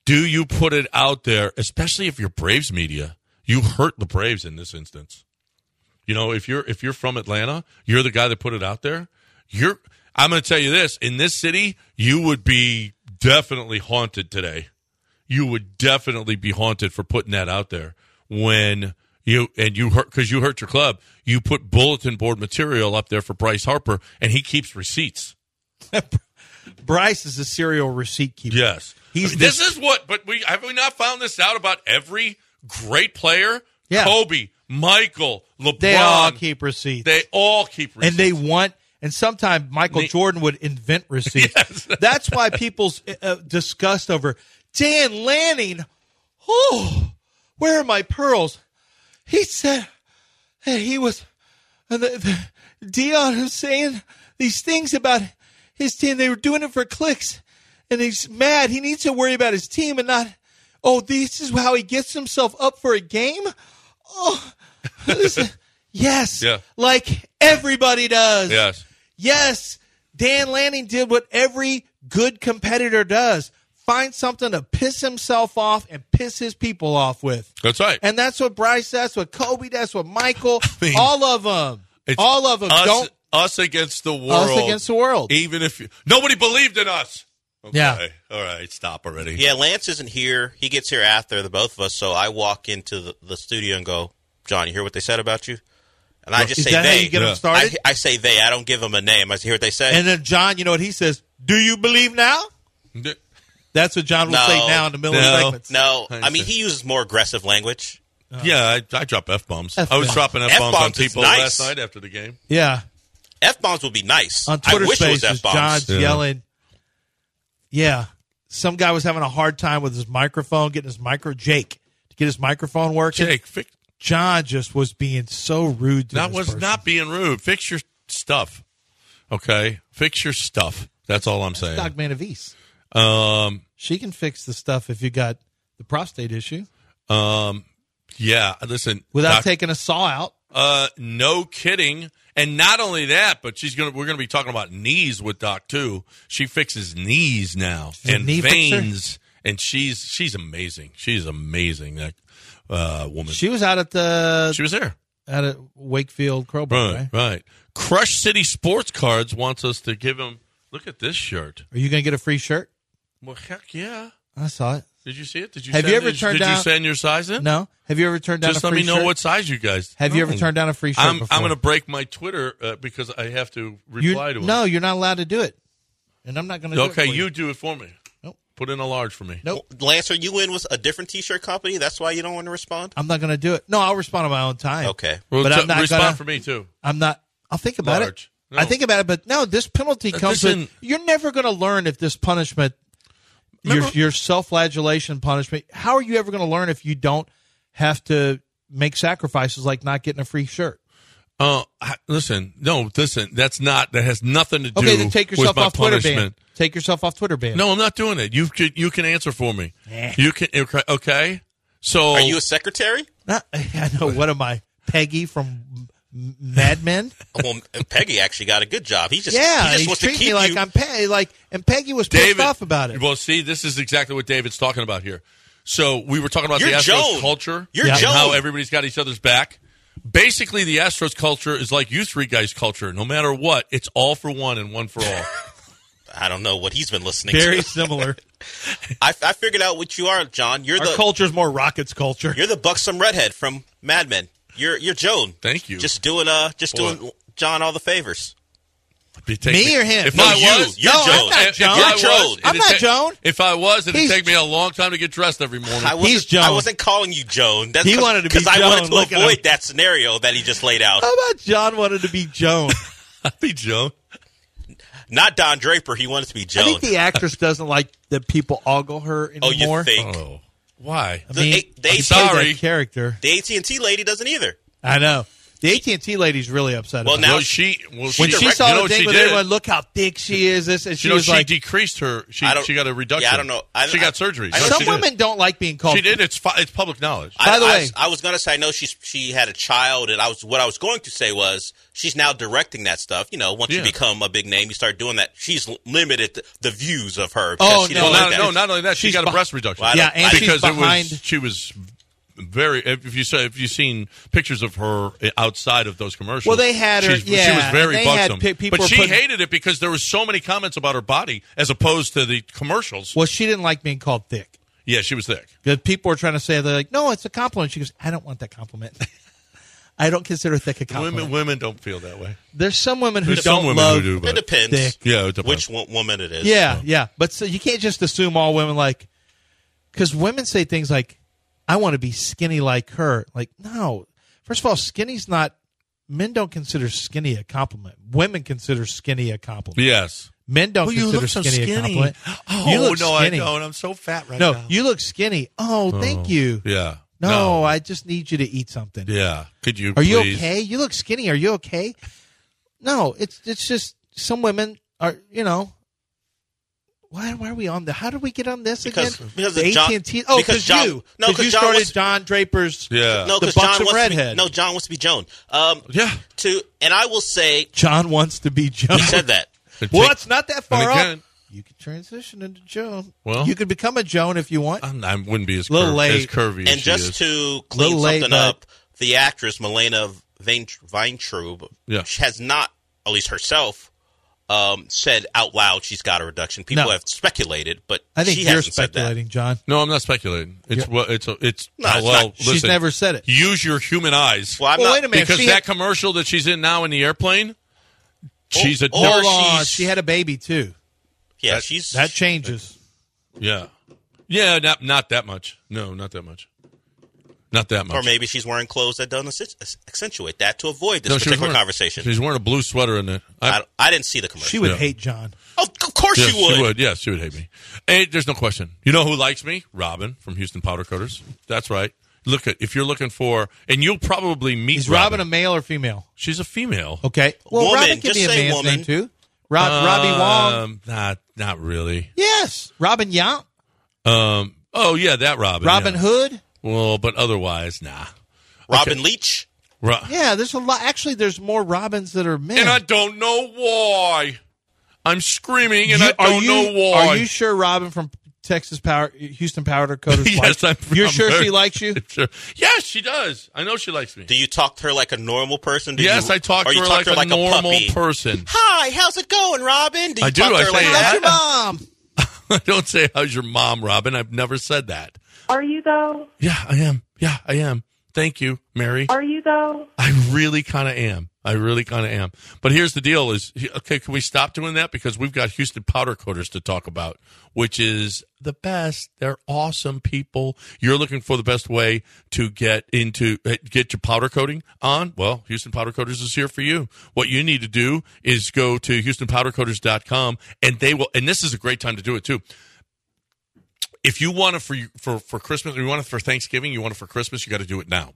[SPEAKER 5] Do you put it out there, especially if you're Braves media? You hurt the Braves in this instance. You know, if you're if you're from Atlanta, you're the guy that put it out there. You're. I'm going to tell you this: in this city, you would be definitely haunted today. you would definitely be haunted for putting that out there when you and you hurt because you hurt your club. You put bulletin board material up there for Bryce Harper, and he keeps receipts.
[SPEAKER 1] Bryce is a serial receipt keeper.
[SPEAKER 5] Yes,
[SPEAKER 1] He's
[SPEAKER 5] this is what. But we have we not found this out about every great player?
[SPEAKER 1] Yeah.
[SPEAKER 5] Kobe, Michael, LeBron.
[SPEAKER 1] They all keep receipts.
[SPEAKER 5] They all keep receipts.
[SPEAKER 1] and they want and sometimes michael
[SPEAKER 5] They-
[SPEAKER 1] jordan would invent
[SPEAKER 5] [LAUGHS]
[SPEAKER 1] receipts that's why people's uh, disgust over dan lanning oh where are my pearls he said that he was and the, the, dion was saying these things about his team they were doing it for clicks and he's mad he needs to worry about his team and not oh this is how he gets himself up for a game oh [LAUGHS] this is- yes
[SPEAKER 5] Yeah.
[SPEAKER 1] like everybody does.
[SPEAKER 5] yes.
[SPEAKER 1] Yes, Dan Lanning did what every good competitor does find something to piss himself off and piss his people off with.
[SPEAKER 5] That's right.
[SPEAKER 1] And that's what Bryce, that's what Kobe, that's what
[SPEAKER 5] [LAUGHS]
[SPEAKER 1] Michael,
[SPEAKER 5] mean,
[SPEAKER 1] all of them.
[SPEAKER 5] It's
[SPEAKER 1] All of them.
[SPEAKER 5] Us,
[SPEAKER 1] Don't
[SPEAKER 5] us against the world.
[SPEAKER 1] us against the world.
[SPEAKER 5] Even if you, nobody believed in us. Okay.
[SPEAKER 1] Yeah.
[SPEAKER 5] All right. Stop already.
[SPEAKER 6] Yeah, Lance isn't here. He gets here after the both of us. So I walk into the, the studio and go, John, you hear what they said about you? And I just
[SPEAKER 1] Is
[SPEAKER 6] say
[SPEAKER 1] that
[SPEAKER 6] they.
[SPEAKER 1] how you get
[SPEAKER 5] Yeah.
[SPEAKER 1] them started?
[SPEAKER 6] I, I say they. I don't give them a name. I say, hear what they say.
[SPEAKER 1] and then John, you know what he says? Do you believe now?
[SPEAKER 5] Yeah.
[SPEAKER 1] That's what John will
[SPEAKER 6] No.
[SPEAKER 1] say now in the middle
[SPEAKER 5] No.
[SPEAKER 1] of segments.
[SPEAKER 6] no,
[SPEAKER 5] I
[SPEAKER 6] I mean, he uses more aggressive language.
[SPEAKER 5] Yeah, I, I drop f bombs. I was
[SPEAKER 1] F-bombs.
[SPEAKER 5] dropping f bombs on
[SPEAKER 6] F-bombs is
[SPEAKER 5] people last
[SPEAKER 6] nice.
[SPEAKER 5] night after the game.
[SPEAKER 1] Yeah.
[SPEAKER 6] F bombs would be nice.
[SPEAKER 1] on Twitter
[SPEAKER 6] I wish
[SPEAKER 1] Spaces,
[SPEAKER 6] it was F bombs.
[SPEAKER 1] John's
[SPEAKER 5] Yeah.
[SPEAKER 1] yelling. Yeah, some guy was having a hard time with his microphone, getting his micro Jake to get his microphone working.
[SPEAKER 5] Jake, fix,
[SPEAKER 1] John just was being so rude. To
[SPEAKER 5] that
[SPEAKER 1] this
[SPEAKER 5] was
[SPEAKER 1] person.
[SPEAKER 5] not being rude. Fix your stuff. Okay, fix your stuff. That's all I'm saying.
[SPEAKER 1] Doc Manavis.
[SPEAKER 5] Um,
[SPEAKER 1] She can fix the stuff if you got the prostate issue
[SPEAKER 5] um, yeah. Listen,
[SPEAKER 1] without
[SPEAKER 5] Doc-
[SPEAKER 1] taking a saw out.
[SPEAKER 5] uh, no kidding. And not only that, but she's gonna. We're gonna be talking about knees with Doc too. She fixes knees now
[SPEAKER 1] a
[SPEAKER 5] and
[SPEAKER 1] knee fixer?
[SPEAKER 5] veins, and she's she's amazing. She's amazing. That uh, woman.
[SPEAKER 1] She was out at the
[SPEAKER 5] she was there.
[SPEAKER 1] out at Wakefield Crowbar.
[SPEAKER 5] Right,
[SPEAKER 1] right?
[SPEAKER 5] right. Crush City Sports Cards wants us to give him. Look at this shirt.
[SPEAKER 1] Are you going to get a free shirt?
[SPEAKER 5] Well, heck yeah.
[SPEAKER 1] I saw it.
[SPEAKER 5] Did you see it? Did you?
[SPEAKER 1] Have
[SPEAKER 5] send
[SPEAKER 1] you ever
[SPEAKER 5] it?
[SPEAKER 1] turned
[SPEAKER 5] Did you
[SPEAKER 1] down-
[SPEAKER 5] send your size in?
[SPEAKER 1] No. Have you ever turned down?
[SPEAKER 5] Just
[SPEAKER 1] a
[SPEAKER 5] let
[SPEAKER 1] free
[SPEAKER 5] me know
[SPEAKER 1] shirt?
[SPEAKER 5] what size you guys.
[SPEAKER 1] Have you ever
[SPEAKER 5] No.
[SPEAKER 1] turned down a free shirt?
[SPEAKER 5] I'm
[SPEAKER 1] before?
[SPEAKER 5] I'm going to break my Twitter uh, because I have to
[SPEAKER 1] You-
[SPEAKER 5] reply to him.
[SPEAKER 1] no, you're not allowed to do it, and I'm not going to.
[SPEAKER 5] Okay,
[SPEAKER 1] do it for
[SPEAKER 5] you do it for me.
[SPEAKER 1] Nope.
[SPEAKER 5] Put in a large for me.
[SPEAKER 1] Nope.
[SPEAKER 6] Lance, are you in with a different t shirt company? That's why you don't want to respond?
[SPEAKER 1] I'm not going to do it. No, I'll respond on my own time.
[SPEAKER 6] Okay.
[SPEAKER 5] Well,
[SPEAKER 1] but
[SPEAKER 5] t-
[SPEAKER 1] I'm not
[SPEAKER 5] respond
[SPEAKER 1] gonna,
[SPEAKER 5] for me too.
[SPEAKER 1] I'm not. I'll think about
[SPEAKER 5] Large.
[SPEAKER 1] it.
[SPEAKER 5] No.
[SPEAKER 1] I think about it, but no, this penalty
[SPEAKER 5] That
[SPEAKER 1] comes.
[SPEAKER 5] doesn't-
[SPEAKER 1] With, you're never going to learn if this punishment, your
[SPEAKER 5] Remember-
[SPEAKER 1] your self-flagellation punishment. How are you ever going to learn if you don't have to make sacrifices like not getting a free shirt?
[SPEAKER 5] Uh, I- listen, no, listen. That's not. That has nothing to do.
[SPEAKER 1] Okay, then take
[SPEAKER 5] with
[SPEAKER 1] yourself
[SPEAKER 5] my
[SPEAKER 1] off Twitter ban.
[SPEAKER 5] punishment.
[SPEAKER 1] Take yourself off Twitter ban.
[SPEAKER 5] No, I'm not doing it. You can you can answer for me. You can okay. So
[SPEAKER 1] Oh.
[SPEAKER 6] Are you a secretary?
[SPEAKER 1] Not- [LAUGHS] I know. What am I, Peggy from M- Mad Men?
[SPEAKER 6] Well, [LAUGHS] Peggy actually got a good job. He just,
[SPEAKER 1] yeah,
[SPEAKER 6] he just
[SPEAKER 1] and he's
[SPEAKER 6] wants to keep
[SPEAKER 1] treating me
[SPEAKER 6] you.
[SPEAKER 1] like I'm Peggy. Like, and Peggy was pissed
[SPEAKER 5] David
[SPEAKER 1] off about it.
[SPEAKER 5] Well, see, this is exactly what David's talking about here. So we were talking about
[SPEAKER 6] You're
[SPEAKER 5] the Astros
[SPEAKER 6] Joan.
[SPEAKER 5] culture.
[SPEAKER 6] You're
[SPEAKER 5] and
[SPEAKER 6] Joan.
[SPEAKER 5] How everybody's got each other's back. Basically, the Astros culture is like you three guys' culture. No matter what, it's all for one and one for
[SPEAKER 6] [LAUGHS]
[SPEAKER 5] all.
[SPEAKER 6] I don't know what he's been listening
[SPEAKER 1] [LAUGHS] Very
[SPEAKER 6] to.
[SPEAKER 1] similar.
[SPEAKER 6] I, I figured out what you are, John. You're
[SPEAKER 1] Our
[SPEAKER 6] the
[SPEAKER 1] culture's more Rockets culture.
[SPEAKER 6] you're the buxom redhead from Mad Men. You're you're Joan.
[SPEAKER 5] Thank you.
[SPEAKER 6] Just doing uh, just
[SPEAKER 5] Boy.
[SPEAKER 6] doing John all the favors.
[SPEAKER 5] It'd take
[SPEAKER 1] Me or him?
[SPEAKER 5] If
[SPEAKER 1] No,
[SPEAKER 5] I
[SPEAKER 6] you.
[SPEAKER 5] was,
[SPEAKER 6] You're No, I'm Joan. not
[SPEAKER 5] If- if
[SPEAKER 1] Joan.
[SPEAKER 5] I
[SPEAKER 6] You're
[SPEAKER 5] was,
[SPEAKER 6] Joan.
[SPEAKER 5] it'd
[SPEAKER 1] I'm not
[SPEAKER 5] take-
[SPEAKER 1] Joan.
[SPEAKER 5] If I was, it'd
[SPEAKER 1] He's-
[SPEAKER 5] take me a long time to get dressed every morning. [LAUGHS]
[SPEAKER 6] I wasn't,
[SPEAKER 1] He's Joan.
[SPEAKER 6] I wasn't calling you Joan. That's
[SPEAKER 1] He wanted to be
[SPEAKER 6] because I wanted
[SPEAKER 1] Joan.
[SPEAKER 6] to
[SPEAKER 1] Look at
[SPEAKER 6] avoid
[SPEAKER 1] him.
[SPEAKER 6] that scenario that he just laid out.
[SPEAKER 1] How about John wanted to be Joan?
[SPEAKER 5] I'd be Joan.
[SPEAKER 6] Not Don Draper. He wanted to be
[SPEAKER 1] I
[SPEAKER 6] Joan.
[SPEAKER 1] think the actress doesn't like that people ogle her
[SPEAKER 6] oh, you
[SPEAKER 1] anymore.
[SPEAKER 6] think
[SPEAKER 5] Oh, why?
[SPEAKER 1] I mean,
[SPEAKER 6] The- they-
[SPEAKER 1] I'm
[SPEAKER 5] sorry.
[SPEAKER 1] that character.
[SPEAKER 6] the AT and T lady doesn't either?
[SPEAKER 1] I know the AT and T lady's really upset.
[SPEAKER 6] Well,
[SPEAKER 1] about
[SPEAKER 6] now
[SPEAKER 5] Well, she well,
[SPEAKER 1] it. when
[SPEAKER 5] she,
[SPEAKER 1] she
[SPEAKER 5] you
[SPEAKER 1] saw
[SPEAKER 5] know
[SPEAKER 1] the
[SPEAKER 5] what
[SPEAKER 1] thing
[SPEAKER 5] she
[SPEAKER 1] with
[SPEAKER 5] did?
[SPEAKER 1] everyone, look how thick she is. This and she
[SPEAKER 5] you know
[SPEAKER 1] was
[SPEAKER 5] she
[SPEAKER 1] like,
[SPEAKER 5] decreased her. She
[SPEAKER 6] I don't-
[SPEAKER 5] she got a reduction.
[SPEAKER 6] Yeah, I don't know. I-
[SPEAKER 5] she
[SPEAKER 6] I-
[SPEAKER 5] got surgery.
[SPEAKER 6] I-
[SPEAKER 5] No,
[SPEAKER 1] some
[SPEAKER 5] she did.
[SPEAKER 1] women don't like being called.
[SPEAKER 5] She did. It's fu- it's public knowledge.
[SPEAKER 1] By
[SPEAKER 6] I,
[SPEAKER 1] the
[SPEAKER 6] I
[SPEAKER 1] way-
[SPEAKER 6] was, I was gonna say I know she's she had a child, and I was what I was going to say was she's now directing that stuff. You know, once
[SPEAKER 5] Yeah.
[SPEAKER 6] you become a big name, you start doing that. She's l- limited the, the views of her.
[SPEAKER 1] Oh,
[SPEAKER 6] because she
[SPEAKER 1] no,
[SPEAKER 5] well,
[SPEAKER 6] doesn't
[SPEAKER 5] not,
[SPEAKER 6] like
[SPEAKER 5] no,
[SPEAKER 6] that.
[SPEAKER 5] not only that, she
[SPEAKER 1] She's
[SPEAKER 5] got a
[SPEAKER 1] beh-
[SPEAKER 5] breast reduction.
[SPEAKER 6] Well, I
[SPEAKER 1] Yeah,
[SPEAKER 6] don't-
[SPEAKER 1] and
[SPEAKER 6] I-
[SPEAKER 1] she's
[SPEAKER 5] because
[SPEAKER 1] behind.
[SPEAKER 5] it was she was very. If you saw, if you've seen pictures of her outside of those commercials,
[SPEAKER 1] Well, they had her-
[SPEAKER 5] She, she
[SPEAKER 1] yeah,
[SPEAKER 5] was very
[SPEAKER 1] they had
[SPEAKER 5] buxom,
[SPEAKER 1] pi- people
[SPEAKER 5] but she
[SPEAKER 1] putting-
[SPEAKER 5] hated it because there was so many comments about her body as opposed to the commercials.
[SPEAKER 1] well, she didn't like being called thick.
[SPEAKER 5] Yeah, she was thick.
[SPEAKER 1] Because people were trying to say they're like, no, it's a compliment. She goes, I don't want that compliment. [LAUGHS] I don't consider thick a compliment.
[SPEAKER 5] Women, women don't feel that way.
[SPEAKER 1] There's some women who
[SPEAKER 5] There's
[SPEAKER 1] don't
[SPEAKER 5] some women
[SPEAKER 1] love.
[SPEAKER 5] who do,
[SPEAKER 6] It
[SPEAKER 5] but
[SPEAKER 6] depends.
[SPEAKER 1] Thick.
[SPEAKER 5] yeah, it depends.
[SPEAKER 6] Which wo- woman it is?
[SPEAKER 1] Yeah, yeah. But so you can't just assume all women like, because women say things like, I want to be skinny like her. Like, no. First of all, skinny's not, men don't consider skinny a compliment. Women consider skinny a compliment.
[SPEAKER 5] yes.
[SPEAKER 1] Men don't
[SPEAKER 5] Well, Oh, you
[SPEAKER 1] consider
[SPEAKER 5] look so
[SPEAKER 1] skinny, a
[SPEAKER 5] skinny.
[SPEAKER 1] compliment.
[SPEAKER 5] Oh
[SPEAKER 1] you look
[SPEAKER 5] no,
[SPEAKER 1] skinny.
[SPEAKER 5] I don't. I'm so fat right
[SPEAKER 1] No,
[SPEAKER 5] now.
[SPEAKER 1] you look skinny. Oh, thank you.
[SPEAKER 5] yeah.
[SPEAKER 1] No, I just need you to eat something.
[SPEAKER 5] yeah. Could you?
[SPEAKER 1] Are you
[SPEAKER 5] please-
[SPEAKER 1] okay? You look skinny. Are you okay? No, it's it's just some women are you know. Why, why are we on the? How did we get on this
[SPEAKER 6] Because-
[SPEAKER 1] again?
[SPEAKER 6] because
[SPEAKER 1] the
[SPEAKER 6] of John-
[SPEAKER 1] AT&T. Oh,
[SPEAKER 6] because
[SPEAKER 1] because
[SPEAKER 6] John-
[SPEAKER 1] you.
[SPEAKER 6] no, 'cause
[SPEAKER 1] you
[SPEAKER 6] John
[SPEAKER 1] started
[SPEAKER 6] was-
[SPEAKER 1] John Draper's.
[SPEAKER 5] Yeah.
[SPEAKER 6] No,
[SPEAKER 1] The
[SPEAKER 6] because
[SPEAKER 1] buxom
[SPEAKER 6] John wants to be,
[SPEAKER 1] redhead.
[SPEAKER 6] no John wants to be Joan. Um,
[SPEAKER 5] Yeah.
[SPEAKER 6] To and I will say
[SPEAKER 1] John wants to be Joan. [LAUGHS]
[SPEAKER 6] he said that.
[SPEAKER 1] Well, it's not that far
[SPEAKER 5] again-
[SPEAKER 1] off. You can transition into Joan.
[SPEAKER 5] Well-
[SPEAKER 1] you could become a Joan if you
[SPEAKER 6] Uh,
[SPEAKER 1] want.
[SPEAKER 5] I'm, I wouldn't be as,
[SPEAKER 1] Little
[SPEAKER 5] curvy,
[SPEAKER 1] late.
[SPEAKER 5] as curvy as
[SPEAKER 6] And
[SPEAKER 5] she
[SPEAKER 6] just
[SPEAKER 5] is.
[SPEAKER 6] to clean
[SPEAKER 1] Little late,
[SPEAKER 6] something
[SPEAKER 1] but-
[SPEAKER 6] up, the actress Milena Vein- Weintraub
[SPEAKER 5] Yeah.
[SPEAKER 6] she has not, at least herself, um, said out loud she's got a reduction. People
[SPEAKER 1] No.
[SPEAKER 6] have speculated, but
[SPEAKER 1] I think
[SPEAKER 6] she
[SPEAKER 1] you're
[SPEAKER 6] hasn't said that.
[SPEAKER 1] speculating, John.
[SPEAKER 5] No, I'm not speculating. It's well, it's a, it's
[SPEAKER 6] No, it's
[SPEAKER 5] well.
[SPEAKER 6] not.
[SPEAKER 1] She's
[SPEAKER 5] listen,
[SPEAKER 1] never said it.
[SPEAKER 5] Use your human eyes.
[SPEAKER 6] Well, I'm
[SPEAKER 1] Well,
[SPEAKER 6] not,
[SPEAKER 1] wait a minute.
[SPEAKER 5] because
[SPEAKER 1] she
[SPEAKER 5] that
[SPEAKER 1] had-
[SPEAKER 5] commercial that she's in now in the airplane, she's a
[SPEAKER 6] or
[SPEAKER 5] dark-
[SPEAKER 1] Hold on,
[SPEAKER 6] she's-
[SPEAKER 1] she had a baby too.
[SPEAKER 6] Yeah, she's
[SPEAKER 1] That
[SPEAKER 6] uh,
[SPEAKER 1] changes.
[SPEAKER 6] oh.
[SPEAKER 5] yeah, yeah. Not not that much. No, not that much. Not that much.
[SPEAKER 6] or maybe she's wearing clothes that don't accentu- accentuate that to avoid this
[SPEAKER 5] no, she was
[SPEAKER 6] particular
[SPEAKER 5] wearing-
[SPEAKER 6] conversation.
[SPEAKER 5] She's wearing a blue sweater in it.
[SPEAKER 6] I,
[SPEAKER 5] I,
[SPEAKER 6] don't- I didn't see the commercial.
[SPEAKER 1] She would
[SPEAKER 5] Yeah.
[SPEAKER 1] hate John.
[SPEAKER 6] of course
[SPEAKER 5] yes,
[SPEAKER 6] she would.
[SPEAKER 5] Yes, she would hate me. Hey, there's no question. You know who likes me? Robin from Houston Powder Coaters. That's right. Look at if you're looking for, and you'll probably meet.
[SPEAKER 1] Is Robin a male or female?
[SPEAKER 5] She's a female.
[SPEAKER 1] Okay. Well,
[SPEAKER 6] Woman.
[SPEAKER 1] Robin can
[SPEAKER 6] Just
[SPEAKER 1] be a
[SPEAKER 6] say
[SPEAKER 1] man's
[SPEAKER 6] woman.
[SPEAKER 1] name too. Rob, Robbie Wong.
[SPEAKER 5] Um, not not really.
[SPEAKER 1] Uh, Yes, Robin Young.
[SPEAKER 5] Um. Oh yeah, that Robin.
[SPEAKER 1] Robin
[SPEAKER 5] yeah.
[SPEAKER 1] Hood.
[SPEAKER 5] Well, but otherwise, nah.
[SPEAKER 6] Robin Leach.
[SPEAKER 5] Ro-
[SPEAKER 1] Yeah, there's a lot. Actually, there's more Robins that are men.
[SPEAKER 5] And I don't know why. I'm screaming, and
[SPEAKER 1] You-
[SPEAKER 5] I don't
[SPEAKER 1] you,
[SPEAKER 5] know why.
[SPEAKER 1] Are you sure Robin from Texas Power, Houston Power Dakota's
[SPEAKER 5] [LAUGHS]
[SPEAKER 1] likes-
[SPEAKER 5] yes, I'm.
[SPEAKER 1] You're
[SPEAKER 5] I'm
[SPEAKER 1] sure
[SPEAKER 5] very-
[SPEAKER 1] she likes you?
[SPEAKER 5] [LAUGHS] Sure. Yes, she does. I know she likes me.
[SPEAKER 6] Do you talk to her like a normal person? Do
[SPEAKER 5] yes,
[SPEAKER 6] you,
[SPEAKER 5] I talk
[SPEAKER 6] or
[SPEAKER 5] to
[SPEAKER 6] you
[SPEAKER 5] her
[SPEAKER 6] talk
[SPEAKER 5] like,
[SPEAKER 6] to her like
[SPEAKER 5] a normal
[SPEAKER 6] puppy?
[SPEAKER 5] person.
[SPEAKER 6] Hi, how's it going, Robin? Do you
[SPEAKER 5] I do,
[SPEAKER 6] talk to
[SPEAKER 5] I
[SPEAKER 6] her
[SPEAKER 5] say
[SPEAKER 6] like
[SPEAKER 5] that.
[SPEAKER 1] How's
[SPEAKER 6] that?
[SPEAKER 1] your
[SPEAKER 5] [LAUGHS]
[SPEAKER 1] mom?
[SPEAKER 5] I don't say how's your mom, Robin. I've never said that.
[SPEAKER 10] Are you though?
[SPEAKER 5] Yeah, I am. Yeah, I am. Thank you, Mary.
[SPEAKER 10] Are you though?
[SPEAKER 5] I really kind of am. I really kind of am. But here's the deal: is okay? Can we stop doing that because we've got Houston Powder Coaters to talk about, which is the best. They're awesome people. You're looking for the best way to get into eh, get your powder coating on. Well, Houston Powder Coaters is here for you. What you need to do is go to HoustonPowderCoaters.com, and they will. And this is a great time to do it too if you want it for for for Christmas, you want it for Thanksgiving, you want it for Christmas, you got to do it now.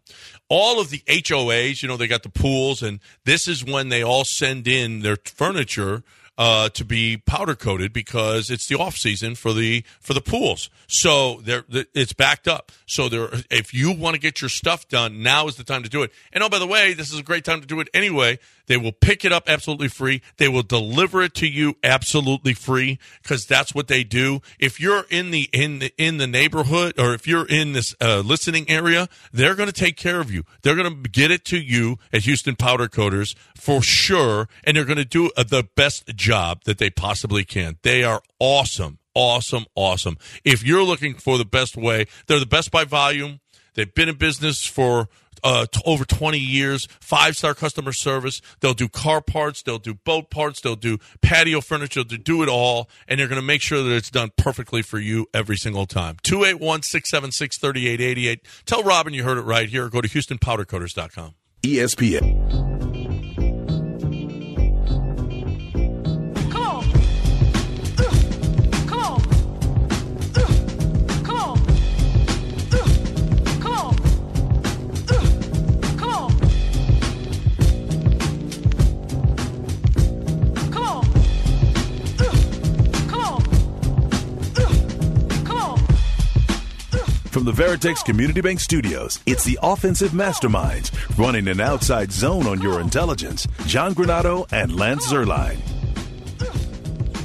[SPEAKER 5] All of the HOAs, you know, they got the pools, and this is when they all send in their furniture uh, to be powder coated because it's the off season for the for the pools. So they're, th- it's backed up. So there, if you want to get your stuff done, now is the time to do it. And oh, by the way, this is a great time to do it anyway. They will pick it up absolutely free. They will deliver it to you absolutely free because that's what they do. If you're in the in the in the neighborhood or if you're in this uh, listening area, they're going to take care of you. They're going to get it to you at Houston Powder Coaters for sure, and they're going to do uh, the best job that they possibly can. They are awesome, awesome, awesome. If you're looking for the best way, they're the best by volume. They've been in business for uh, t- over 20 years, five star customer service. They'll do car parts, they'll do boat parts, they'll do patio furniture, they'll do it all, and they're going to make sure that it's done perfectly for you every single time. 281 676 3888. Tell Robin you heard it right here. Go to HoustonPowderCoaters.com.
[SPEAKER 9] ESPN.
[SPEAKER 10] Come on,
[SPEAKER 9] From the Veritex Community Bank Studios, it's the offensive masterminds running an outside zone on your intelligence. John Granado and Lance Zerline.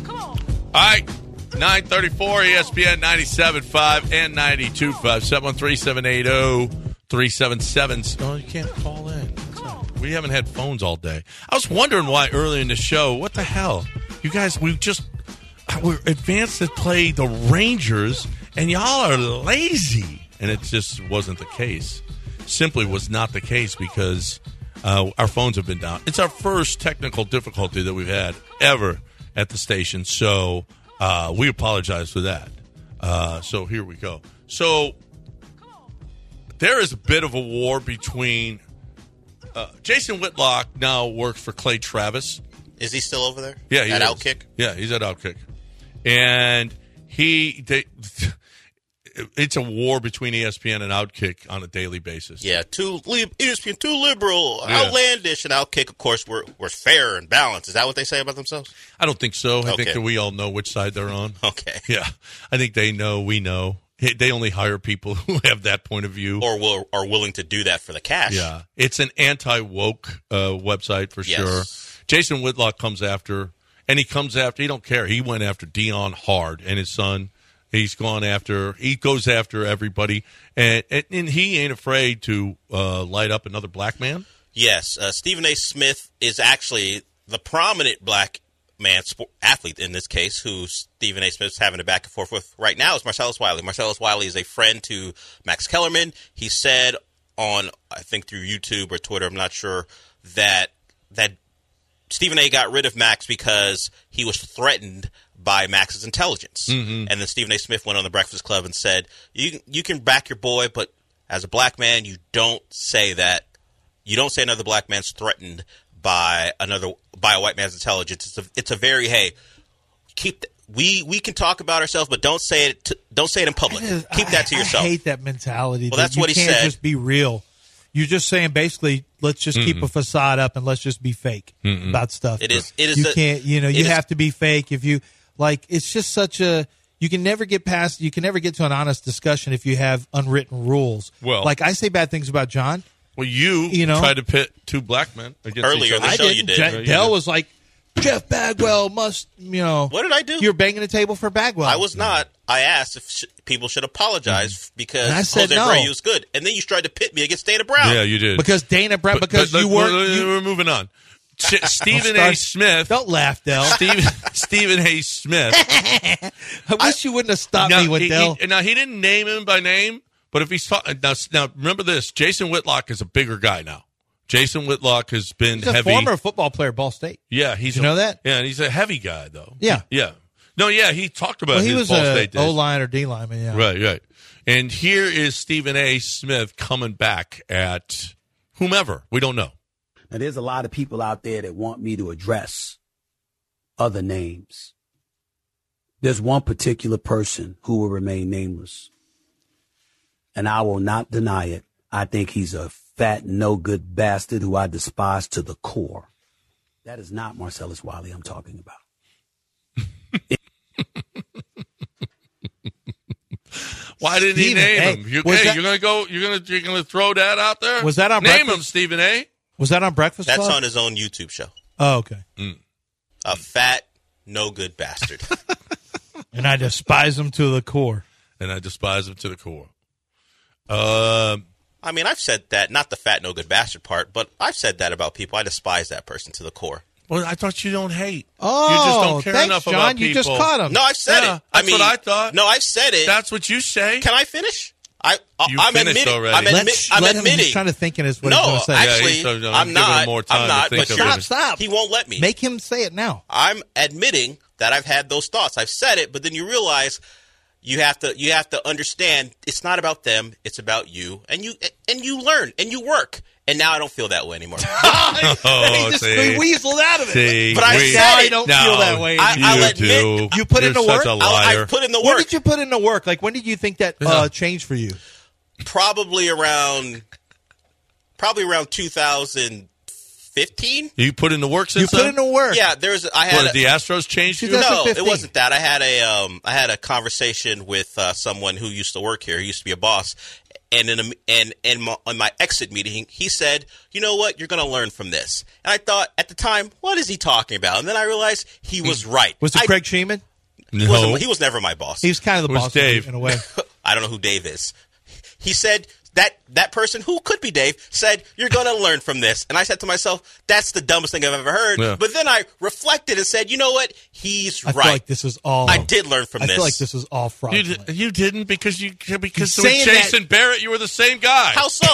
[SPEAKER 5] All right. E 934 ESPN 97.5 and 92.5. 713-780-377. Oh, you can't call in. That's not- We haven't had phones all day. I was wondering why earlier in the show, what the hell? You guys, we just, we're advanced to play the Rangers, and y'all are lazy. And it just wasn't the case. Simply was not the case because uh, our phones have been down. It's our first technical difficulty that we've had ever at the station. So uh, we apologize for that. Uh, so here we go. So there is a bit of a war between uh, Jason Whitlock now works for Clay Travis.
[SPEAKER 6] Is he still over there?
[SPEAKER 5] Yeah, he
[SPEAKER 6] At
[SPEAKER 5] is.
[SPEAKER 6] Outkick?
[SPEAKER 5] Yeah, he's at Outkick, and he they, it's a war between E ESPN and Outkick on a daily basis.
[SPEAKER 6] Yeah, too E lib- ESPN, too liberal,
[SPEAKER 5] Yeah.
[SPEAKER 6] outlandish, and Outkick, of course, we're, we're fair and balanced. Is that what they say about themselves? [LAUGHS]
[SPEAKER 5] I don't think so. I think
[SPEAKER 6] Okay.
[SPEAKER 5] that we all know which side they're on. [LAUGHS]
[SPEAKER 6] Okay.
[SPEAKER 5] Yeah, I think they know. We know. Hey, They only hire people [LAUGHS] who have that point of view.
[SPEAKER 6] Or will, are willing to do that for the cash?
[SPEAKER 5] yeah, it's an anti woke uh, website for
[SPEAKER 6] Yes.
[SPEAKER 5] sure. Jason Whitlock comes after, and he comes after. He don't care. He went after Dion Hard and his son. He's gone after. He goes after everybody, and and, and he ain't afraid to uh, light up another black man.
[SPEAKER 6] Yes, uh, Stephen A. Smith is actually the prominent black man sport, athlete in this case, who Stephen A. Smith's having a back and forth with right now is Marcellus Wiley. Marcellus Wiley is a friend to Max Kellerman. He said on, I think through YouTube or Twitter, I'm not sure, that that Stephen A. got rid of Max because he was threatened by Max's intelligence.
[SPEAKER 1] Mm-hmm.
[SPEAKER 6] And then Stephen A. Smith went on the Breakfast Club and said, "You you can back your boy, but as a black man, you don't say that. You don't say another black man's threatened by another by a white man's intelligence. It's a it's a very hey, keep th- we we can talk about ourselves, but don't say it to, don't say it in public. keep that to
[SPEAKER 1] I-
[SPEAKER 6] yourself.
[SPEAKER 1] I hate that mentality.
[SPEAKER 6] Well,
[SPEAKER 1] that
[SPEAKER 6] that's
[SPEAKER 1] you
[SPEAKER 6] what he
[SPEAKER 1] can't
[SPEAKER 6] said.
[SPEAKER 1] Just be real. You're just saying basically, let's just keep a facade up and let's just be fake about stuff.
[SPEAKER 6] It is- it is
[SPEAKER 1] You
[SPEAKER 6] a-
[SPEAKER 1] can't. You know. You
[SPEAKER 6] it is-
[SPEAKER 1] have to be fake if you like. It's just such a. You can never get past. You can never get to an honest discussion if you have unwritten rules.
[SPEAKER 5] Well-
[SPEAKER 1] like I say bad things about John.
[SPEAKER 5] Well, you
[SPEAKER 1] You know-
[SPEAKER 5] tried to pit two black men against
[SPEAKER 6] Earlier
[SPEAKER 5] Each other.
[SPEAKER 6] this
[SPEAKER 1] I
[SPEAKER 6] show
[SPEAKER 1] didn't.
[SPEAKER 6] you did.
[SPEAKER 1] Ja-
[SPEAKER 6] Yeah,
[SPEAKER 5] you
[SPEAKER 1] Dell
[SPEAKER 5] did.
[SPEAKER 1] was like, Jeff Bagwell must. You know.
[SPEAKER 6] What did I do?
[SPEAKER 1] You're banging the table for Bagwell.
[SPEAKER 6] I was not. I asked if sh- people should apologize f- because
[SPEAKER 1] Mm-hmm. And I said
[SPEAKER 6] Jose
[SPEAKER 1] no.
[SPEAKER 6] Abreu was good, and then you tried to pit me against Dana Brown.
[SPEAKER 5] Yeah, you did.
[SPEAKER 1] because Dana Brown.
[SPEAKER 5] But-
[SPEAKER 1] Because
[SPEAKER 5] but
[SPEAKER 1] you
[SPEAKER 5] look,
[SPEAKER 1] weren't.
[SPEAKER 5] we're-
[SPEAKER 1] you-
[SPEAKER 5] we're
[SPEAKER 1] [LAUGHS]
[SPEAKER 5] moving on. S- Stephen
[SPEAKER 1] Don't
[SPEAKER 5] A.
[SPEAKER 1] start-
[SPEAKER 5] Smith.
[SPEAKER 1] Don't laugh, Dell.
[SPEAKER 5] Stephen, Stephen A. Smith.
[SPEAKER 1] [LAUGHS] I wish you wouldn't have stopped me with
[SPEAKER 5] he,
[SPEAKER 1] Dell.
[SPEAKER 5] he- now he didn't name him by name, but if he's talking now, now remember this: Jason Whitlock is a bigger guy now. Jason Whitlock has been
[SPEAKER 1] He's a
[SPEAKER 5] heavy.
[SPEAKER 1] former football player, at Ball State.
[SPEAKER 5] yeah, he's
[SPEAKER 1] You
[SPEAKER 5] a-
[SPEAKER 1] know that?
[SPEAKER 5] Yeah, and he's a heavy guy though.
[SPEAKER 1] Yeah.
[SPEAKER 5] yeah. No, yeah, he talked about
[SPEAKER 1] Well, he
[SPEAKER 5] his
[SPEAKER 1] was
[SPEAKER 5] Ball State
[SPEAKER 1] an
[SPEAKER 5] days.
[SPEAKER 1] O line or D lineman. Yeah.
[SPEAKER 5] Right, right. And here is Stephen A. Smith coming back at whomever we don't know.
[SPEAKER 2] Now, there's a lot of people out there that want me to address other names. There's one particular person who will remain nameless. And I will not deny it. I think he's a fat, no good bastard who I despise to the core. That is not Marcellus Wiley I'm talking about.
[SPEAKER 5] Why didn't he
[SPEAKER 1] Stephen
[SPEAKER 5] name
[SPEAKER 1] A.
[SPEAKER 5] him? You,
[SPEAKER 1] Was
[SPEAKER 5] hey,
[SPEAKER 1] that-
[SPEAKER 5] you're gonna go. You're gonna you're gonna throw that out there.
[SPEAKER 1] Was that on
[SPEAKER 5] name
[SPEAKER 1] Breakfast-
[SPEAKER 5] him Stephen A.
[SPEAKER 1] Was that on Breakfast
[SPEAKER 6] That's
[SPEAKER 1] Club?
[SPEAKER 6] on his own YouTube show.
[SPEAKER 1] oh, okay.
[SPEAKER 6] A fat, no
[SPEAKER 5] [LAUGHS]
[SPEAKER 6] good bastard.
[SPEAKER 1] And I despise him to the core.
[SPEAKER 5] And I despise him to the core. Um.
[SPEAKER 6] I mean, I've said that, not the fat, no good bastard part, but I've said that about people. I despise that person to the core.
[SPEAKER 5] Well, I thought you don't hate.
[SPEAKER 1] Oh,
[SPEAKER 5] you just don't care
[SPEAKER 1] thanks,
[SPEAKER 5] enough
[SPEAKER 1] John.
[SPEAKER 5] about people.
[SPEAKER 1] You just caught him.
[SPEAKER 6] No, I've said
[SPEAKER 5] Yeah,
[SPEAKER 6] it. I
[SPEAKER 5] that's
[SPEAKER 6] mean,
[SPEAKER 5] what I thought.
[SPEAKER 6] No, I've said it.
[SPEAKER 5] That's what you say.
[SPEAKER 6] Can I finish? I, I
[SPEAKER 5] You
[SPEAKER 6] I'm
[SPEAKER 5] finished
[SPEAKER 6] admitting.
[SPEAKER 5] already.
[SPEAKER 6] I'm,
[SPEAKER 5] Let-
[SPEAKER 6] admit, I'm
[SPEAKER 1] let him-
[SPEAKER 6] admitting.
[SPEAKER 1] he's trying to think in his- what he's
[SPEAKER 6] no,
[SPEAKER 1] gonna say. Yeah,
[SPEAKER 6] actually,
[SPEAKER 5] he's- I'm
[SPEAKER 6] I'm
[SPEAKER 5] giving
[SPEAKER 6] not.
[SPEAKER 5] him more time
[SPEAKER 6] I'm
[SPEAKER 5] to
[SPEAKER 6] not.
[SPEAKER 5] think
[SPEAKER 6] but
[SPEAKER 5] of
[SPEAKER 6] you're-
[SPEAKER 5] it. Stop,
[SPEAKER 1] stop.
[SPEAKER 6] He won't let me.
[SPEAKER 1] Make him say it now.
[SPEAKER 6] I'm admitting that I've had those thoughts. I've said it, but then you realize you have to you have to understand it's not about them, it's about you. And you and you learn and you work. And now I don't feel that way
[SPEAKER 1] [LAUGHS]
[SPEAKER 6] anymore.
[SPEAKER 5] [LAUGHS] oh, see,
[SPEAKER 1] weaseled out of
[SPEAKER 5] see,
[SPEAKER 6] But I
[SPEAKER 5] we-
[SPEAKER 6] said it.
[SPEAKER 1] I don't
[SPEAKER 5] No,
[SPEAKER 1] feel that way.
[SPEAKER 6] I-
[SPEAKER 5] you
[SPEAKER 1] anymore.
[SPEAKER 6] I'll admit-
[SPEAKER 5] do.
[SPEAKER 1] You put
[SPEAKER 5] You're
[SPEAKER 1] in the
[SPEAKER 5] such
[SPEAKER 1] work.
[SPEAKER 5] a
[SPEAKER 1] I'll-
[SPEAKER 6] I,
[SPEAKER 5] liar.
[SPEAKER 6] have put in the
[SPEAKER 1] When
[SPEAKER 6] work
[SPEAKER 1] did you put in the work? Like, when did you think that uh, changed for you?
[SPEAKER 6] probably around probably around 2005 15?
[SPEAKER 5] You put in the work
[SPEAKER 1] You
[SPEAKER 5] since
[SPEAKER 1] put
[SPEAKER 5] then?
[SPEAKER 1] in the work.
[SPEAKER 6] Yeah, there was. I had
[SPEAKER 5] What,
[SPEAKER 6] a-
[SPEAKER 5] the Astros changed you?
[SPEAKER 6] no,
[SPEAKER 1] 2015.
[SPEAKER 6] it wasn't that. I had a um, I had a conversation with uh, someone who used to work here. He used to be a boss, and in a, and and my, on my exit meeting, he said, "You know what? You're going to learn from this." And I thought at the time, "What is he talking about?" And then I realized he was right.
[SPEAKER 1] Hmm. Was it
[SPEAKER 6] I-
[SPEAKER 1] Craig Sheeman?
[SPEAKER 5] No.
[SPEAKER 6] wasn't- he was never my boss.
[SPEAKER 1] He was kind of the
[SPEAKER 5] It was
[SPEAKER 1] boss in a-
[SPEAKER 5] Dave.
[SPEAKER 1] in a way.
[SPEAKER 6] [LAUGHS] I don't know who Dave is. He said that that person who could be Dave said you're
[SPEAKER 1] [LAUGHS]
[SPEAKER 6] going to learn from this, and I said to myself, "That's the dumbest thing I've ever heard."
[SPEAKER 5] Yeah.
[SPEAKER 6] But then I reflected and said, "You know what? He's
[SPEAKER 1] I
[SPEAKER 6] [LAUGHS] right."
[SPEAKER 1] feel like this was
[SPEAKER 5] Oh.
[SPEAKER 1] all.
[SPEAKER 6] I did learn from
[SPEAKER 1] I
[SPEAKER 6] this.
[SPEAKER 1] feel like this was all
[SPEAKER 5] You,
[SPEAKER 1] fraudulent.
[SPEAKER 5] di- you didn't because you because
[SPEAKER 1] He's
[SPEAKER 5] with
[SPEAKER 1] saying
[SPEAKER 5] Jason Barrett you were the same guy. [LAUGHS]
[SPEAKER 6] How so?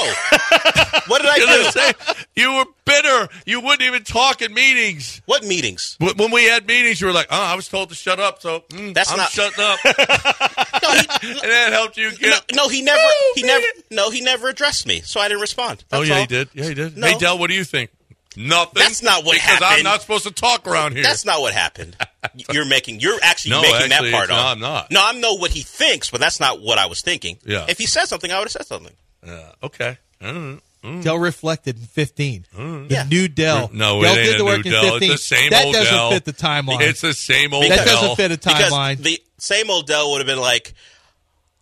[SPEAKER 6] what did I
[SPEAKER 5] You're
[SPEAKER 6] [LAUGHS]
[SPEAKER 5] the
[SPEAKER 6] do?
[SPEAKER 5] same- you were bitter. You wouldn't even talk in meetings.
[SPEAKER 6] What meetings?
[SPEAKER 5] Wh- When we had meetings, you were like, "Oh, I was told to shut up, so mm,
[SPEAKER 6] That's
[SPEAKER 5] I'm
[SPEAKER 6] not-
[SPEAKER 5] shutting
[SPEAKER 6] [LAUGHS]
[SPEAKER 5] up," and
[SPEAKER 6] No,
[SPEAKER 5] [LAUGHS]
[SPEAKER 6] he,
[SPEAKER 5] that helped you
[SPEAKER 6] no,
[SPEAKER 5] get.
[SPEAKER 6] no, he never. He never. No, he never addressed me, so I didn't respond.
[SPEAKER 5] oh
[SPEAKER 6] That's
[SPEAKER 5] yeah,
[SPEAKER 6] all.
[SPEAKER 5] he did. Yeah, he did.
[SPEAKER 6] No.
[SPEAKER 5] Hey, Dell, what do you think? Nothing.
[SPEAKER 6] That's not what
[SPEAKER 5] because I'm
[SPEAKER 6] happened.
[SPEAKER 5] not supposed to talk around here.
[SPEAKER 6] That's not what happened.
[SPEAKER 5] [LAUGHS]
[SPEAKER 6] You're making. You're actually
[SPEAKER 5] No,
[SPEAKER 6] making
[SPEAKER 5] actually,
[SPEAKER 6] that part
[SPEAKER 5] no,
[SPEAKER 6] up.
[SPEAKER 5] I'm not.
[SPEAKER 6] No, I know what he thinks, but that's not what I was thinking.
[SPEAKER 5] Yeah.
[SPEAKER 6] If he said something, I would have said something.
[SPEAKER 5] Yeah, okay. I don't know.
[SPEAKER 1] Dell reflected in 15. The
[SPEAKER 6] Yeah.
[SPEAKER 1] new Dell.
[SPEAKER 5] No, it
[SPEAKER 1] Oh, Dell
[SPEAKER 5] ain't
[SPEAKER 1] did
[SPEAKER 5] a
[SPEAKER 1] the work
[SPEAKER 5] new
[SPEAKER 1] in
[SPEAKER 5] Dell.
[SPEAKER 1] 15.
[SPEAKER 5] It's the same
[SPEAKER 1] that
[SPEAKER 5] old
[SPEAKER 1] doesn't
[SPEAKER 5] Dell.
[SPEAKER 1] fit the timeline.
[SPEAKER 5] It's the same old.
[SPEAKER 1] that
[SPEAKER 5] Dell.
[SPEAKER 1] doesn't fit a
[SPEAKER 6] Because
[SPEAKER 1] timeline.
[SPEAKER 6] the same old Dell would have been like,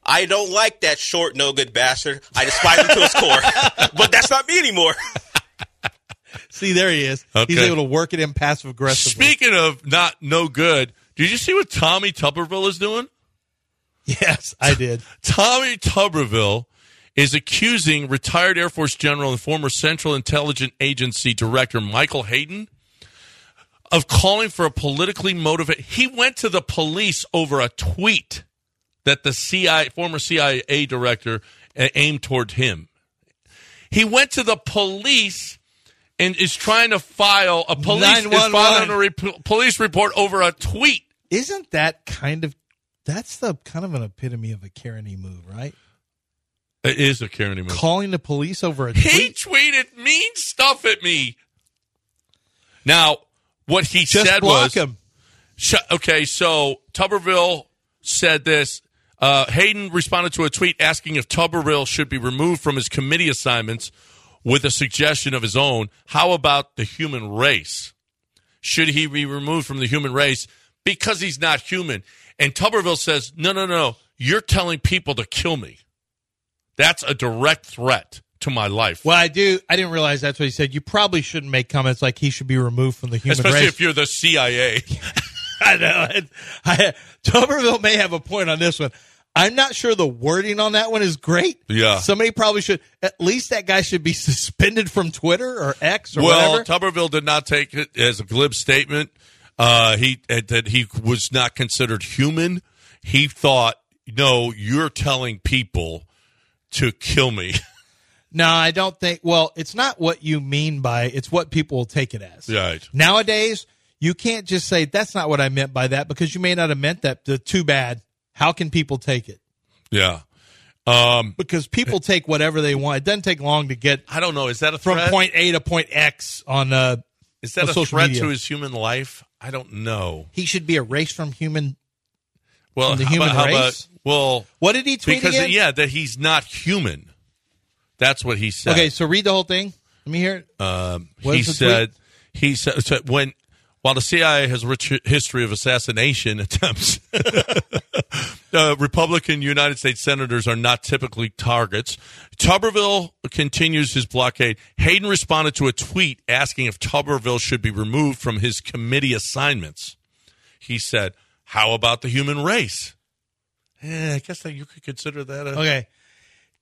[SPEAKER 6] "I don't like that short, no good bastard. I despise him to
[SPEAKER 5] [LAUGHS]
[SPEAKER 6] his core." But that's not me anymore.
[SPEAKER 1] See, there he is. He's
[SPEAKER 5] Okay.
[SPEAKER 1] able to work it in passive aggressively.
[SPEAKER 5] Speaking of not no good, did you see what Tommy Tuberville is doing?
[SPEAKER 1] [LAUGHS] Yes, [LAUGHS] I did.
[SPEAKER 5] Tommy Tuberville is accusing retired Air Force General and former Central Intelligence Agency Director Michael Hayden of calling for a politically motivated. He went to the police over a tweet that the CIA, former CIA director uh, aimed toward him. He went to the police and is trying to file a police is
[SPEAKER 1] 911.
[SPEAKER 5] filing a rep- police report over a tweet.
[SPEAKER 1] Isn't that kind of that's the kind of an epitome of a Karen E move, right?
[SPEAKER 5] It is a Karen move.
[SPEAKER 1] Calling the police over a
[SPEAKER 5] He
[SPEAKER 1] tweet.
[SPEAKER 5] tweeted mean stuff at me. Now, what he
[SPEAKER 1] Just
[SPEAKER 5] said
[SPEAKER 1] block
[SPEAKER 5] was
[SPEAKER 1] him.
[SPEAKER 5] Sh- okay. So Tuberville said this. Uh, Hayden responded to a tweet asking if Tuberville should be removed from his committee assignments with a suggestion of his own. How about the human race? Should he be removed from the human race because he's not human? And Tuberville says, no, no, no. You're telling people to kill me. That's a direct threat to my life.
[SPEAKER 1] Well, I do. I didn't realize that's what he said. You probably shouldn't make comments like he should be removed from the human
[SPEAKER 5] Especially
[SPEAKER 1] race.
[SPEAKER 5] if you're the CIA.
[SPEAKER 1] [LAUGHS] I know. It- I, Tuberville may have a point on this one. I'm not sure the wording on that one is great.
[SPEAKER 5] Yeah.
[SPEAKER 1] Somebody probably should, at least that guy should be [LAUGHS] suspended from Twitter or X or
[SPEAKER 5] Well,
[SPEAKER 1] whatever.
[SPEAKER 5] Tuberville did not take it as a glib statement. Uh, he uh, that he was not considered human. He thought, no, you're telling people to
[SPEAKER 1] [LAUGHS]
[SPEAKER 5] kill me.
[SPEAKER 1] no, I don't think, well, it's not what you mean by, it's what people will take it as.
[SPEAKER 5] Right.
[SPEAKER 1] Nowadays, you can't just say, that's not what I meant by that because you may not have meant that. The- Too bad. How can people take it?
[SPEAKER 5] yeah. Um,
[SPEAKER 1] Because
[SPEAKER 5] [LAUGHS]
[SPEAKER 1] people take whatever they want. It doesn't take long to get
[SPEAKER 5] I don't know. Is that a
[SPEAKER 1] from
[SPEAKER 5] threat?
[SPEAKER 1] point A to point X on, uh,
[SPEAKER 5] Is that
[SPEAKER 1] on
[SPEAKER 5] a
[SPEAKER 1] social
[SPEAKER 5] threat
[SPEAKER 1] media.
[SPEAKER 5] to his human life? I don't know.
[SPEAKER 1] he should be erased from human
[SPEAKER 5] Well,
[SPEAKER 1] From the
[SPEAKER 5] how
[SPEAKER 1] human
[SPEAKER 5] about, how
[SPEAKER 1] race?
[SPEAKER 5] about- well,
[SPEAKER 1] What did he tweet
[SPEAKER 5] because
[SPEAKER 1] again?
[SPEAKER 5] yeah, that he's not human. That's what he said.
[SPEAKER 1] Okay, so read the whole thing. Let me hear it.
[SPEAKER 5] Um,
[SPEAKER 1] What
[SPEAKER 5] he
[SPEAKER 1] is the
[SPEAKER 5] said he said so when while the CIA has a rich history of assassination [LAUGHS] attempts, uh, Republican United States senators are not typically targets. Tuberville continues his blockade. Hayden responded to a tweet asking if Tuberville should be removed from his committee assignments. He said, "How about the human race?" Eh, I guess that you could consider that. A,
[SPEAKER 1] okay,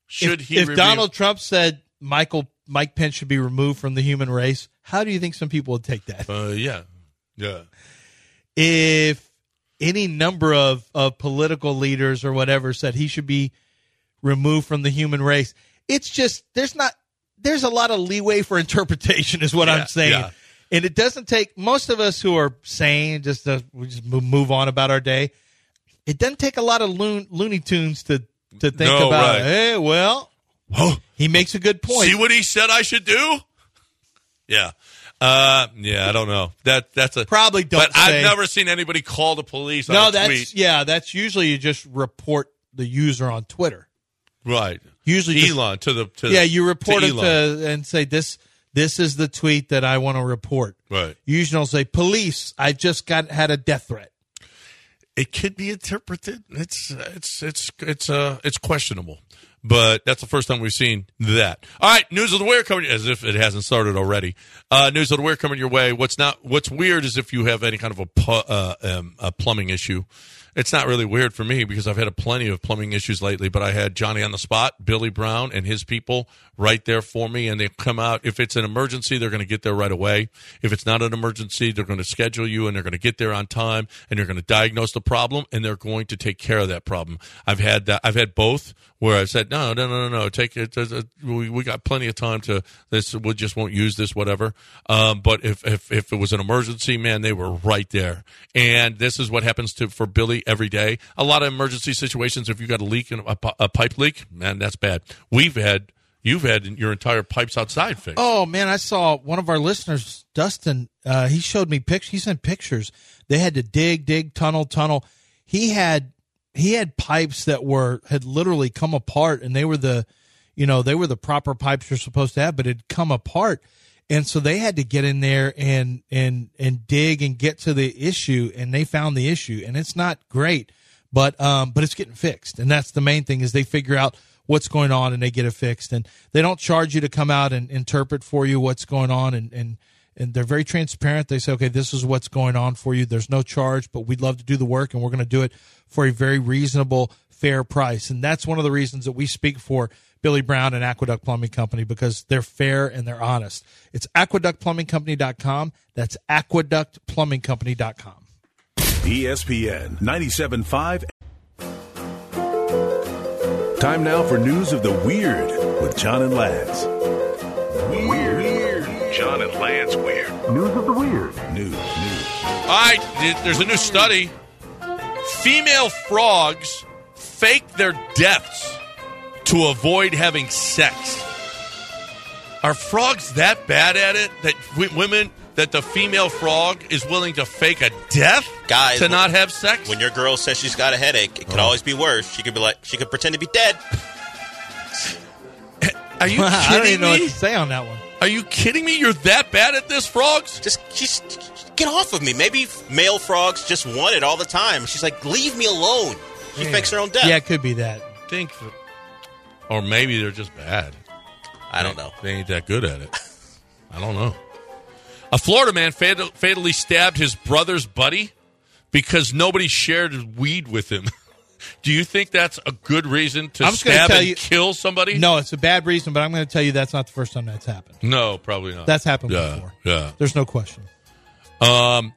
[SPEAKER 5] Should
[SPEAKER 1] if,
[SPEAKER 5] he?
[SPEAKER 1] Oh, if
[SPEAKER 5] review-
[SPEAKER 1] Donald Trump said Michael Mike Pence should be removed from the human race, how do you think some people would take that?
[SPEAKER 5] Uh, yeah, yeah.
[SPEAKER 1] If any number of of political leaders or whatever said he should be removed from the human race, it's just there's not there's a lot of leeway for interpretation, is what
[SPEAKER 5] Yeah,
[SPEAKER 1] I'm saying.
[SPEAKER 5] yeah.
[SPEAKER 1] And it doesn't take most of us who are sane just to we just mo- move on about our day. It doesn't take a lot of loon, Looney Tunes to to think
[SPEAKER 5] No,
[SPEAKER 1] about.
[SPEAKER 5] right.
[SPEAKER 1] Hey, well,
[SPEAKER 5] Oh.
[SPEAKER 1] he makes a good point.
[SPEAKER 5] See what he said I should do? Yeah. Uh, yeah, I don't know. That that's a
[SPEAKER 1] Probably don't.
[SPEAKER 5] But
[SPEAKER 1] say-
[SPEAKER 5] I've never seen anybody call the police on
[SPEAKER 1] No,
[SPEAKER 5] a
[SPEAKER 1] that's
[SPEAKER 5] tweet.
[SPEAKER 1] yeah. That's usually you just report the user on Twitter.
[SPEAKER 5] Right.
[SPEAKER 1] Usually, just-
[SPEAKER 5] Elon to the to
[SPEAKER 1] yeah, you report
[SPEAKER 5] to
[SPEAKER 1] it
[SPEAKER 5] Elon.
[SPEAKER 1] to, and say this This is the tweet that I want to report.
[SPEAKER 5] Right.
[SPEAKER 1] Usually I'll say, police, I just got had a death threat.
[SPEAKER 5] it could be interpreted. It's it's it's it's uh it's questionable, but that's the first time we've seen that. All right, news of the weird coming as if it hasn't started already. Uh, news of the weird coming your way. What's not what's weird is if you have any kind of a pu- uh, um, a plumbing issue. It's not really weird for me because I've had a plenty of plumbing issues lately, but I had Johnny on the spot, Billy Brown and his people right there for me and they come out if it's an emergency, they're going to get there right away. If it's not an emergency, they're going to schedule you and they're going to get there on time and they're going to diagnose the problem and they're going to take care of that problem. I've had that. I've had both where I've said, no, no, no, no, no. Take it. there's a- We, we got plenty of time to this. We just won't use this, whatever. Um, but if, if, if it was an emergency, man, they were right there. And this is what happens to, for Billy every day. A lot of emergency situations. If you got a leak and a, pi- a pipe leak, man, that's bad. We've had, you've had your entire pipes outside fixed.
[SPEAKER 1] Oh man, I saw one of our listeners, Dustin. Uh, he showed me pictures. He sent pictures. They had to dig, dig, tunnel, tunnel. He had he had pipes that were had literally come apart, and they were the, you know, they were the proper pipes you're supposed to have, but it'd come apart, and so they had to get in there and and and dig and get to the issue, and they found the issue, and it's not great, but um, but it's getting fixed, and that's the main thing is they figure out what's going on and they get it fixed and they don't charge you to come out and interpret for you what's going on and and and they're very transparent they say okay this is what's going on for you there's no charge but we'd love to do the work and we're going to do it for a very reasonable fair price and that's one of the reasons that we speak for Billy Brown and Aqueduct Plumbing Company because they're fair and they're honest. It's aqueductplumbingcompany.com. That's aqueductplumbingcompany.com.
[SPEAKER 9] E ESPN 97.5. Time now for news of the weird with John and Lance. Weird. John and Lance Weird. News of the weird. News. News.
[SPEAKER 5] All right, th- there's a new study. Female frogs fake their deaths to avoid having sex. Are frogs that bad at it that w- women that the female frog is willing to fake a death
[SPEAKER 6] Guys,
[SPEAKER 5] to
[SPEAKER 6] when-
[SPEAKER 5] not have sex?
[SPEAKER 6] When your girl says she's got a headache, it could
[SPEAKER 5] Uh-huh.
[SPEAKER 6] always be worse. She could be like, she could pretend to be dead.
[SPEAKER 5] Are you
[SPEAKER 1] [LAUGHS] Ah, I don't even
[SPEAKER 5] kidding
[SPEAKER 1] know what to
[SPEAKER 5] me?
[SPEAKER 1] say on that one.
[SPEAKER 5] Are you kidding me? You're that bad at this, frogs?
[SPEAKER 6] Just, she's, get off of me. Maybe male frogs just want it all the time. She's like, leave me alone. She fakes her own death.
[SPEAKER 1] Yeah, it could be that.
[SPEAKER 5] Think, or maybe they're just bad.
[SPEAKER 6] I don't know.
[SPEAKER 5] They ain't that good at it. I don't know. A Florida man fatal, fatally stabbed his brother's buddy because nobody shared weed with him. [LAUGHS] Do you think that's a good reason to
[SPEAKER 1] I'm just gonna
[SPEAKER 5] stab
[SPEAKER 1] tell
[SPEAKER 5] and
[SPEAKER 1] you-
[SPEAKER 5] kill somebody?
[SPEAKER 1] No, it's a bad reason, but I'm going to tell you that's not the first time that's happened.
[SPEAKER 5] no, probably not.
[SPEAKER 1] That's happened
[SPEAKER 5] yeah,
[SPEAKER 1] before.
[SPEAKER 5] Yeah.
[SPEAKER 1] There's no question.
[SPEAKER 5] Um,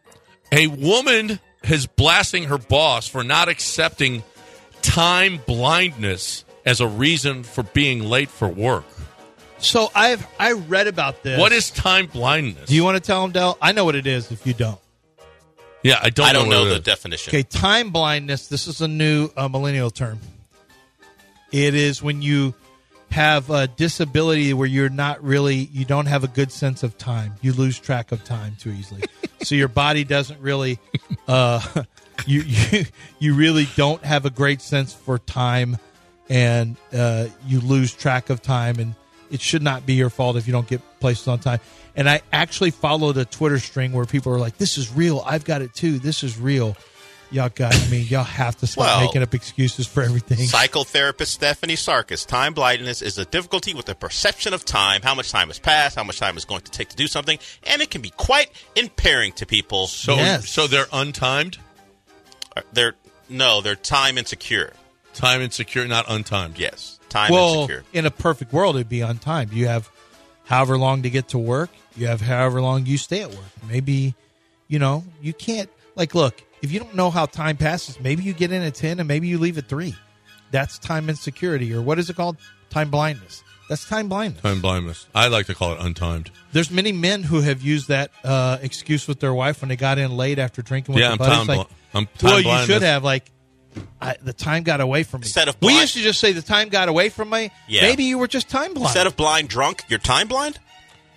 [SPEAKER 5] a woman is blasting her boss for not accepting time blindness as a reason for being late for work.
[SPEAKER 1] So I've I read about this.
[SPEAKER 5] What is time blindness?
[SPEAKER 1] Do you want to tell them, Dell? I know what it is. If you don't,
[SPEAKER 5] yeah, I don't.
[SPEAKER 6] I don't
[SPEAKER 5] know,
[SPEAKER 6] know,
[SPEAKER 5] what it
[SPEAKER 6] the
[SPEAKER 5] is.
[SPEAKER 6] definition.
[SPEAKER 1] okay. Time blindness. This is a new uh, millennial term. It is when you have a disability where you're not really you don't have a good sense of time. You lose track of time too easily. so your body doesn't really. Uh, [LAUGHS] you, you you really don't have a great sense for time, and uh, you lose track of time. And it should not be your fault if you don't get places on time. And I actually followed a Twitter string where people are like, "This is real. I've got it too. This is real." Y'all got. I mean, y'all have to stop
[SPEAKER 6] Well,
[SPEAKER 1] making up excuses for everything.
[SPEAKER 6] Psychotherapist Stephanie Sarkis. Time blindness is a difficulty with the perception of time, how much time has passed, how much time it's going to take to do something, and it can be quite impairing to people.
[SPEAKER 5] So,
[SPEAKER 1] Yes.
[SPEAKER 5] so Oh, they're untimed,
[SPEAKER 6] They're no, they're time insecure.
[SPEAKER 5] time insecure, not untimed.
[SPEAKER 6] Yes, time
[SPEAKER 1] well,
[SPEAKER 6] insecure.
[SPEAKER 1] in a perfect world, it'd be on time. You have however long to get to work. You have however long you stay at work. Maybe, you know, you can't like look if you don't know how time passes. Maybe you get in at ten and maybe you leave at three. That's time insecurity, or what is it called? Time blindness. That's time blindness.
[SPEAKER 5] Time blindness. I like to call it untimed.
[SPEAKER 1] There's many men who have used that uh, excuse with their wife when they got in late after drinking with
[SPEAKER 5] Yeah,
[SPEAKER 1] their
[SPEAKER 5] I'm
[SPEAKER 1] buddies.
[SPEAKER 5] time
[SPEAKER 1] like,
[SPEAKER 5] bli- I'm time
[SPEAKER 1] well, you
[SPEAKER 5] blind.
[SPEAKER 1] should
[SPEAKER 5] That's-
[SPEAKER 1] have like I, the time got away from me.
[SPEAKER 6] Instead of
[SPEAKER 1] we
[SPEAKER 6] blind-
[SPEAKER 1] used to just say the time got away from me.
[SPEAKER 6] Yeah.
[SPEAKER 1] Maybe you were just time blind.
[SPEAKER 6] Instead of blind drunk, you're time blind.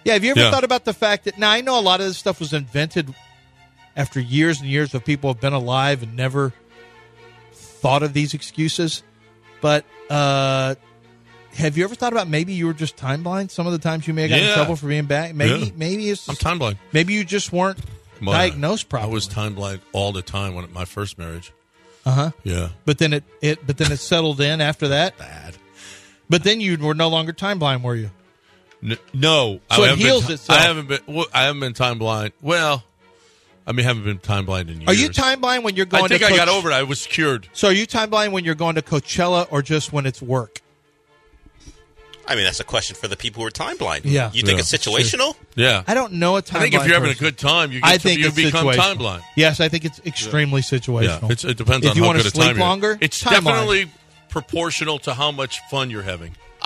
[SPEAKER 1] Yeah, have you ever
[SPEAKER 5] Yeah.
[SPEAKER 1] thought about the fact that now I know a lot of this stuff was invented after years and years of people have been alive and never thought of these excuses, but uh, have you ever thought about maybe you were just time blind? Some of the times you may have gotten
[SPEAKER 5] Yeah.
[SPEAKER 1] in trouble for being back. Maybe
[SPEAKER 5] Yeah.
[SPEAKER 1] maybe it's
[SPEAKER 5] I'm time blind.
[SPEAKER 1] maybe you just weren't
[SPEAKER 5] My-
[SPEAKER 1] diagnosed properly.
[SPEAKER 5] I was time blind all the time when my first marriage.
[SPEAKER 1] Uh huh.
[SPEAKER 5] Yeah.
[SPEAKER 1] But then it, it but then it settled in after that.
[SPEAKER 5] Bad.
[SPEAKER 1] But then you were no longer time blind, were you?
[SPEAKER 5] N- no,
[SPEAKER 1] So it
[SPEAKER 5] haven't
[SPEAKER 1] heals
[SPEAKER 5] been,
[SPEAKER 1] itself.
[SPEAKER 5] I haven't been. Well, I haven't been time blind. Well, I mean, haven't been time blind in years.
[SPEAKER 1] Are you time blind when you're going?
[SPEAKER 5] I think
[SPEAKER 1] to
[SPEAKER 5] I got
[SPEAKER 1] Coach-
[SPEAKER 5] over it. I was cured.
[SPEAKER 1] So are you time blind when you're going to Coachella or just when it's work?
[SPEAKER 6] I mean, that's a question for the people who are time blind.
[SPEAKER 1] Yeah.
[SPEAKER 6] You
[SPEAKER 5] Yeah.
[SPEAKER 6] think it's situational?
[SPEAKER 5] Yeah.
[SPEAKER 1] I don't know a time.
[SPEAKER 5] I think if
[SPEAKER 1] blind
[SPEAKER 5] you're having a
[SPEAKER 1] person.
[SPEAKER 5] good time, you get
[SPEAKER 1] I
[SPEAKER 5] to-
[SPEAKER 1] think
[SPEAKER 5] you
[SPEAKER 1] it's
[SPEAKER 5] become
[SPEAKER 1] situational.
[SPEAKER 5] time blind.
[SPEAKER 1] Yes, I think it's extremely
[SPEAKER 5] Yeah,
[SPEAKER 1] situational.
[SPEAKER 5] it's, it depends
[SPEAKER 1] if
[SPEAKER 5] on
[SPEAKER 1] you
[SPEAKER 5] how
[SPEAKER 1] want
[SPEAKER 5] good
[SPEAKER 1] to
[SPEAKER 5] a time
[SPEAKER 1] sleep
[SPEAKER 5] you're-
[SPEAKER 1] longer.
[SPEAKER 5] It's
[SPEAKER 1] time blind.
[SPEAKER 5] definitely proportional to how much fun you're having.
[SPEAKER 1] [LAUGHS]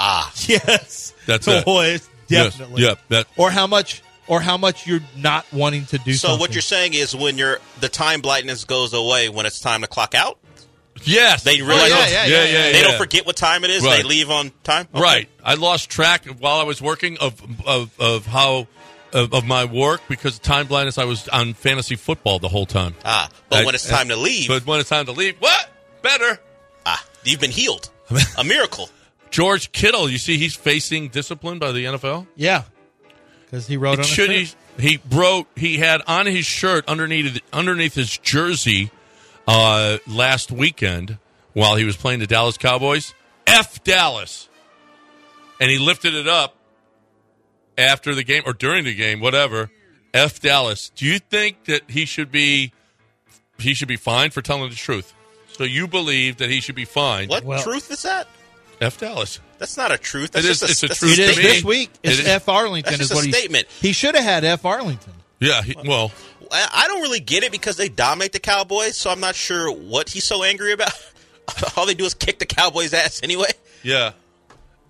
[SPEAKER 1] yes.
[SPEAKER 5] That's it.
[SPEAKER 1] oh, it's
[SPEAKER 5] Yes,
[SPEAKER 1] definitely
[SPEAKER 5] yep, that-
[SPEAKER 1] or how much or how much you're not wanting to do.
[SPEAKER 6] So
[SPEAKER 1] something.
[SPEAKER 6] what you're saying is when your the time blindness goes away when it's time to clock out,
[SPEAKER 5] Yes,
[SPEAKER 6] They realize-
[SPEAKER 5] yeah, yeah,
[SPEAKER 6] Oh,
[SPEAKER 1] yeah, yeah,
[SPEAKER 5] yeah,
[SPEAKER 1] yeah,
[SPEAKER 5] yeah,
[SPEAKER 6] they
[SPEAKER 5] yeah.
[SPEAKER 6] don't forget what time it is.
[SPEAKER 5] Right.
[SPEAKER 6] They leave on time. Okay.
[SPEAKER 5] Right. I lost track while I was working of of, of how of, of my work because of time blindness. I was on fantasy football the whole time.
[SPEAKER 6] Ah, but
[SPEAKER 5] I-
[SPEAKER 6] when it's time to leave,
[SPEAKER 5] But when it's time to leave, what better?
[SPEAKER 6] ah, you've been healed.
[SPEAKER 5] [LAUGHS]
[SPEAKER 6] a miracle.
[SPEAKER 5] George Kittle, you see, he's facing discipline by the NFL.
[SPEAKER 1] yeah, because he wrote on
[SPEAKER 5] It
[SPEAKER 1] a
[SPEAKER 5] should
[SPEAKER 1] shirt.
[SPEAKER 5] he, he wrote he had on his shirt underneath underneath his jersey uh, last weekend while he was playing the Dallas Cowboys. F Dallas, and he lifted it up after the game or during the game, whatever. F Dallas. Do you think that he should be he should be fined for telling the truth? So you believe that he should be fined?
[SPEAKER 6] What
[SPEAKER 1] Well-
[SPEAKER 6] truth is that?
[SPEAKER 5] F Dallas.
[SPEAKER 6] That's not a truth. That's
[SPEAKER 5] It is-
[SPEAKER 6] just a,
[SPEAKER 5] it's a
[SPEAKER 6] that's
[SPEAKER 5] truth
[SPEAKER 1] It is
[SPEAKER 5] to me.
[SPEAKER 1] this week. It's
[SPEAKER 5] It is-
[SPEAKER 1] F. Arlington
[SPEAKER 6] That's just
[SPEAKER 1] is what
[SPEAKER 6] a
[SPEAKER 1] he
[SPEAKER 6] statement.
[SPEAKER 1] He should have had F. Arlington.
[SPEAKER 5] Yeah. He, well,
[SPEAKER 6] I I don't really get it because they dominate the Cowboys, so I'm not sure what he's so angry about. [LAUGHS] All they do is kick the Cowboys' ass anyway.
[SPEAKER 5] Yeah.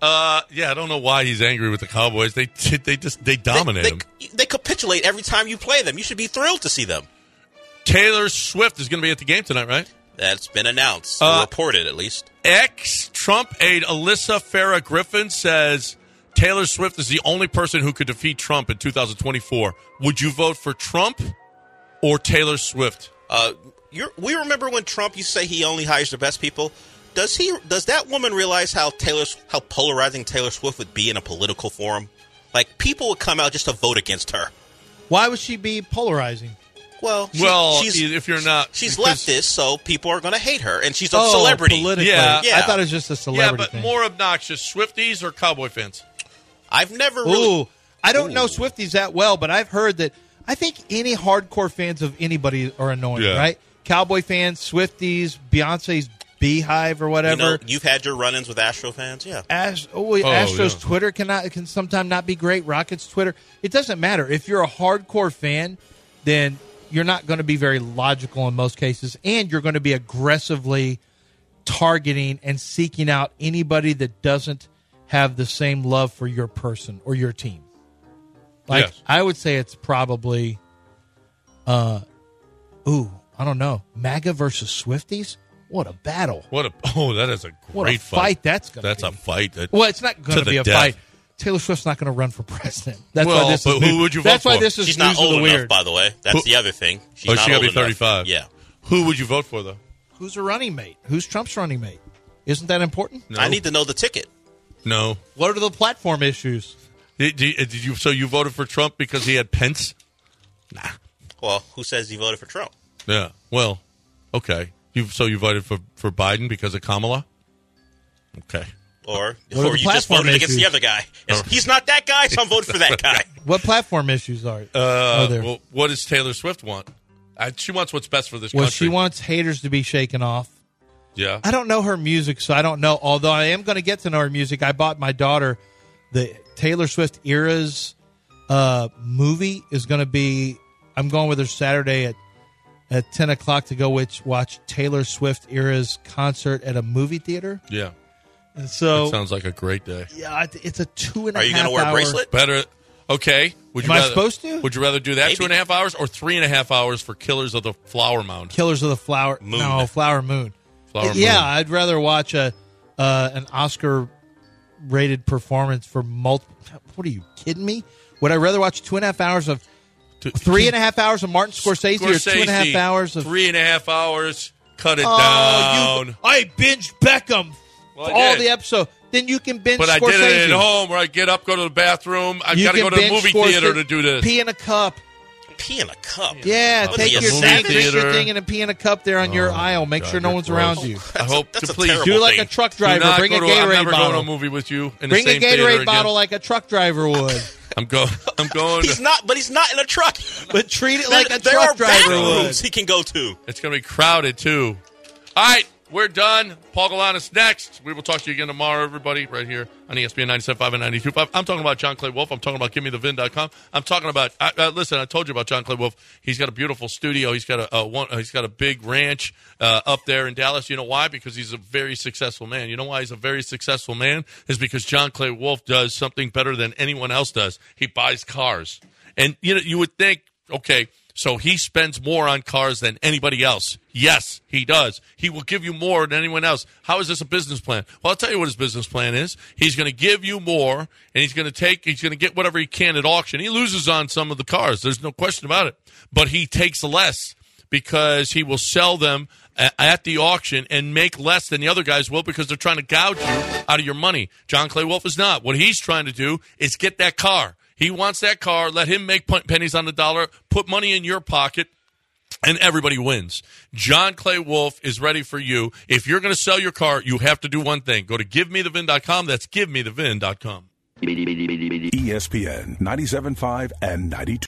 [SPEAKER 5] Uh, yeah, I don't know why he's angry with the Cowboys. They [LAUGHS] they just they
[SPEAKER 6] They-
[SPEAKER 5] dominate
[SPEAKER 6] they,
[SPEAKER 5] him.
[SPEAKER 6] they capitulate every time you play them. You should be thrilled to see them.
[SPEAKER 5] Taylor Swift is going to be at the game tonight, right?
[SPEAKER 6] That's been announced,
[SPEAKER 5] Uh,
[SPEAKER 6] or reported at least.
[SPEAKER 5] Ex Trump aide Alyssa Farah Griffin says Taylor Swift is the only person who could defeat Trump in 2024. Would you vote for Trump or Taylor Swift?
[SPEAKER 6] Uh, you're, we remember when Trump used to say he only hires the best people. Does he? Does that woman realize how Taylor, how polarizing Taylor Swift would be in a political forum? Like people would come out just to vote against her.
[SPEAKER 1] Why would she be polarizing?
[SPEAKER 6] Well, she-
[SPEAKER 5] Well, e,
[SPEAKER 6] she's,
[SPEAKER 5] if you're not,
[SPEAKER 6] she's
[SPEAKER 5] because-
[SPEAKER 6] leftist, so people are going to hate her, and she's a
[SPEAKER 1] oh,
[SPEAKER 6] celebrity.
[SPEAKER 1] Politically.
[SPEAKER 5] Yeah.
[SPEAKER 1] I
[SPEAKER 6] Yeah.
[SPEAKER 1] thought it was just a
[SPEAKER 5] Yeah,
[SPEAKER 1] celebrity
[SPEAKER 5] but
[SPEAKER 1] thing.
[SPEAKER 5] more obnoxious, Swifties or Cowboy fans?
[SPEAKER 6] I've never really.
[SPEAKER 1] Ooh, I don't know Swifties that well, but I've heard that. I think any hardcore fans of anybody are annoying,
[SPEAKER 5] Yeah.
[SPEAKER 1] right? Cowboy fans, Swifties, Beyonce's Beehive or
[SPEAKER 6] You know,
[SPEAKER 1] whatever.
[SPEAKER 6] you've had your run-ins with Astro fans, yeah.
[SPEAKER 1] Ast- oh, wait,
[SPEAKER 5] Oh,
[SPEAKER 1] Astros
[SPEAKER 5] yeah.
[SPEAKER 1] Twitter cannot can sometimes not be great. Rockets Twitter, it doesn't matter. If you're a hardcore fan, then you're not going to be very logical in most cases, and you're going to be aggressively targeting and seeking out anybody that doesn't have the same love for your person or your team. Like
[SPEAKER 5] Yes.
[SPEAKER 1] I would say, it's probably, uh, ooh, I don't know, MAGA versus Swifties. What a battle!
[SPEAKER 5] What a oh, that is a great
[SPEAKER 1] What a fight that's gonna
[SPEAKER 5] that's
[SPEAKER 1] be.
[SPEAKER 5] a fight. that-
[SPEAKER 1] Well, it's not going
[SPEAKER 5] To
[SPEAKER 1] to
[SPEAKER 5] the
[SPEAKER 1] be a
[SPEAKER 5] death.
[SPEAKER 1] fight. Taylor Swift's not going to run for president. That's
[SPEAKER 5] Well,
[SPEAKER 1] why this
[SPEAKER 5] but
[SPEAKER 1] is.
[SPEAKER 5] who
[SPEAKER 1] new-
[SPEAKER 5] would you vote
[SPEAKER 1] That's why
[SPEAKER 5] for?
[SPEAKER 1] this is
[SPEAKER 6] She's
[SPEAKER 1] news
[SPEAKER 6] not
[SPEAKER 1] of
[SPEAKER 6] old
[SPEAKER 1] the
[SPEAKER 6] enough,
[SPEAKER 1] weard.
[SPEAKER 6] by the way. That's
[SPEAKER 5] Who-
[SPEAKER 6] the other thing. She's
[SPEAKER 5] oh,
[SPEAKER 6] not
[SPEAKER 5] she got to be
[SPEAKER 6] old enough.
[SPEAKER 5] 35.
[SPEAKER 6] Yeah.
[SPEAKER 5] Who would you vote for though?
[SPEAKER 1] Who's her running mate? Who's Trump's running mate? Isn't that important?
[SPEAKER 6] I need to know the ticket.
[SPEAKER 5] No.
[SPEAKER 1] What are the platform issues?
[SPEAKER 5] Did, did- did you? So you voted for Trump because he had Pence?
[SPEAKER 6] Well, who says he voted for Trump?
[SPEAKER 5] Yeah. Well, okay. You so you voted for for Biden because of Kamala? Okay.
[SPEAKER 6] Or,
[SPEAKER 1] are
[SPEAKER 6] or
[SPEAKER 1] the
[SPEAKER 6] you just
[SPEAKER 1] platform
[SPEAKER 6] voted against the
[SPEAKER 1] issues?
[SPEAKER 6] other guy.
[SPEAKER 5] Oh.
[SPEAKER 6] It's- He's not that guy, so I'm voting
[SPEAKER 5] [LAUGHS]
[SPEAKER 6] for that guy.
[SPEAKER 1] What platform issues are, are
[SPEAKER 5] Uh,
[SPEAKER 1] Oh, there?
[SPEAKER 5] well, what does Taylor Swift want? Uh, she wants what's best for this
[SPEAKER 1] well,
[SPEAKER 5] country.
[SPEAKER 1] she wants haters to be shaken off.
[SPEAKER 5] yeah.
[SPEAKER 1] I don't know her music, so I don't know. Although I am going to get to know her music. I bought my daughter the Taylor Swift era's uh, movie is going to be. I'm going with her Saturday at at ten o'clock to go which watch Taylor Swift era's concert at a movie theater.
[SPEAKER 5] yeah.
[SPEAKER 1] And
[SPEAKER 5] That
[SPEAKER 1] so
[SPEAKER 5] sounds like a great day.
[SPEAKER 1] yeah, it- it's a two and a
[SPEAKER 6] Are
[SPEAKER 1] half.
[SPEAKER 6] you going to wear a
[SPEAKER 1] hour-
[SPEAKER 6] bracelet?
[SPEAKER 5] Better. Okay. Would
[SPEAKER 1] Am
[SPEAKER 5] you
[SPEAKER 1] I
[SPEAKER 5] rather,
[SPEAKER 1] supposed to?
[SPEAKER 5] Would you rather do that
[SPEAKER 6] Maybe.
[SPEAKER 5] two and a half hours or three and a half hours for Killers of the Flower Mound?
[SPEAKER 1] Killers of the Flower
[SPEAKER 6] Moon.
[SPEAKER 1] No, Flower Moon.
[SPEAKER 5] Flower
[SPEAKER 1] yeah,
[SPEAKER 5] Moon.
[SPEAKER 1] I'd rather watch a uh, an Oscar rated performance for multiple. What are you kidding me? Would I rather watch two and a half hours of
[SPEAKER 5] Two-
[SPEAKER 1] three and a half hours of Martin Scorsese, or two and a half
[SPEAKER 5] Scorsese,
[SPEAKER 1] hours of
[SPEAKER 5] three and a half hours. Cut it
[SPEAKER 1] Oh, you-
[SPEAKER 5] down.
[SPEAKER 1] I binged Beckham
[SPEAKER 5] Well, I
[SPEAKER 1] all
[SPEAKER 5] did.
[SPEAKER 1] the episode. then you can bench
[SPEAKER 5] But I
[SPEAKER 1] Scorsese.
[SPEAKER 5] did it at home where I get up, go to the bathroom. I've
[SPEAKER 1] You
[SPEAKER 5] got to
[SPEAKER 1] can
[SPEAKER 5] go to the
[SPEAKER 1] bench
[SPEAKER 5] movie
[SPEAKER 1] Scorsese.
[SPEAKER 5] theater to do this.
[SPEAKER 1] Pee in a cup.
[SPEAKER 6] Pee in a cup.
[SPEAKER 1] Yeah,
[SPEAKER 6] What
[SPEAKER 1] take
[SPEAKER 6] are
[SPEAKER 1] your
[SPEAKER 6] you, a
[SPEAKER 1] thing,
[SPEAKER 5] savage?
[SPEAKER 1] drink your
[SPEAKER 5] Theater. Oh,
[SPEAKER 1] thing, and a pee in a cup there on your aisle. Make
[SPEAKER 5] God,
[SPEAKER 1] sure no
[SPEAKER 5] you're
[SPEAKER 1] one's
[SPEAKER 5] gross.
[SPEAKER 1] around you.
[SPEAKER 5] I hope
[SPEAKER 6] that's
[SPEAKER 5] to
[SPEAKER 6] a
[SPEAKER 5] please
[SPEAKER 6] terrible
[SPEAKER 5] do
[SPEAKER 1] Do like
[SPEAKER 6] thing.
[SPEAKER 1] a truck
[SPEAKER 5] not
[SPEAKER 1] driver. Bring a
[SPEAKER 5] go to, I'm
[SPEAKER 1] Gatorade
[SPEAKER 5] never going to
[SPEAKER 1] bottle.
[SPEAKER 5] a movie with you. In
[SPEAKER 1] Bring
[SPEAKER 5] the
[SPEAKER 1] a
[SPEAKER 5] same theater
[SPEAKER 1] Gatorade
[SPEAKER 5] again.
[SPEAKER 1] bottle like a truck driver would.
[SPEAKER 5] I'm going. I'm
[SPEAKER 1] [LAUGHS]
[SPEAKER 5] going.
[SPEAKER 6] He's
[SPEAKER 5] to-
[SPEAKER 6] not, but he's not in a truck.
[SPEAKER 1] but treat it like a
[SPEAKER 6] there
[SPEAKER 1] truck
[SPEAKER 6] are
[SPEAKER 1] driver
[SPEAKER 6] bathrooms
[SPEAKER 1] would.
[SPEAKER 6] he can go to.
[SPEAKER 5] It's going to be crowded too. All right, we're done. Paul Galanis next. We will talk to you again tomorrow, everybody, right here on E ESPN 97.5 and 92.5. I'm talking about John Clay Wolf. I'm talking about GimmeTheVin.com. I'm talking about. I, I, listen, I told you about John Clay Wolf. He's got a beautiful studio. He's got a, a one, uh, he's got a big ranch uh, up there in Dallas. You know why? Because he's a very successful man. You know why he's a very successful man is because John Clay Wolf does something better than anyone else does. He buys cars, and you know you would think, okay. So he spends more on cars than anybody else. Yes, he does. He will give you more than anyone else. How is this a business plan? Well, I'll tell you what his business plan is. He's going to give you more and he's going to take, he's going to get whatever he can at auction. He loses on some of the cars. There's no question about it, but he takes less because he will sell them a- at the auction and make less than the other guys will because they're trying to gouge you out of your money. John Clay Wolf is not. What he's trying to do is get that car. He wants that car. Let him make pen- pennies on the dollar. Put money in your pocket and everybody wins. John Clay Wolf is ready for you. If you're going to sell your car, you have to do one thing. Go to givemethevin.com. That's givemethevin.com.
[SPEAKER 9] ESPN 97.5 and 92.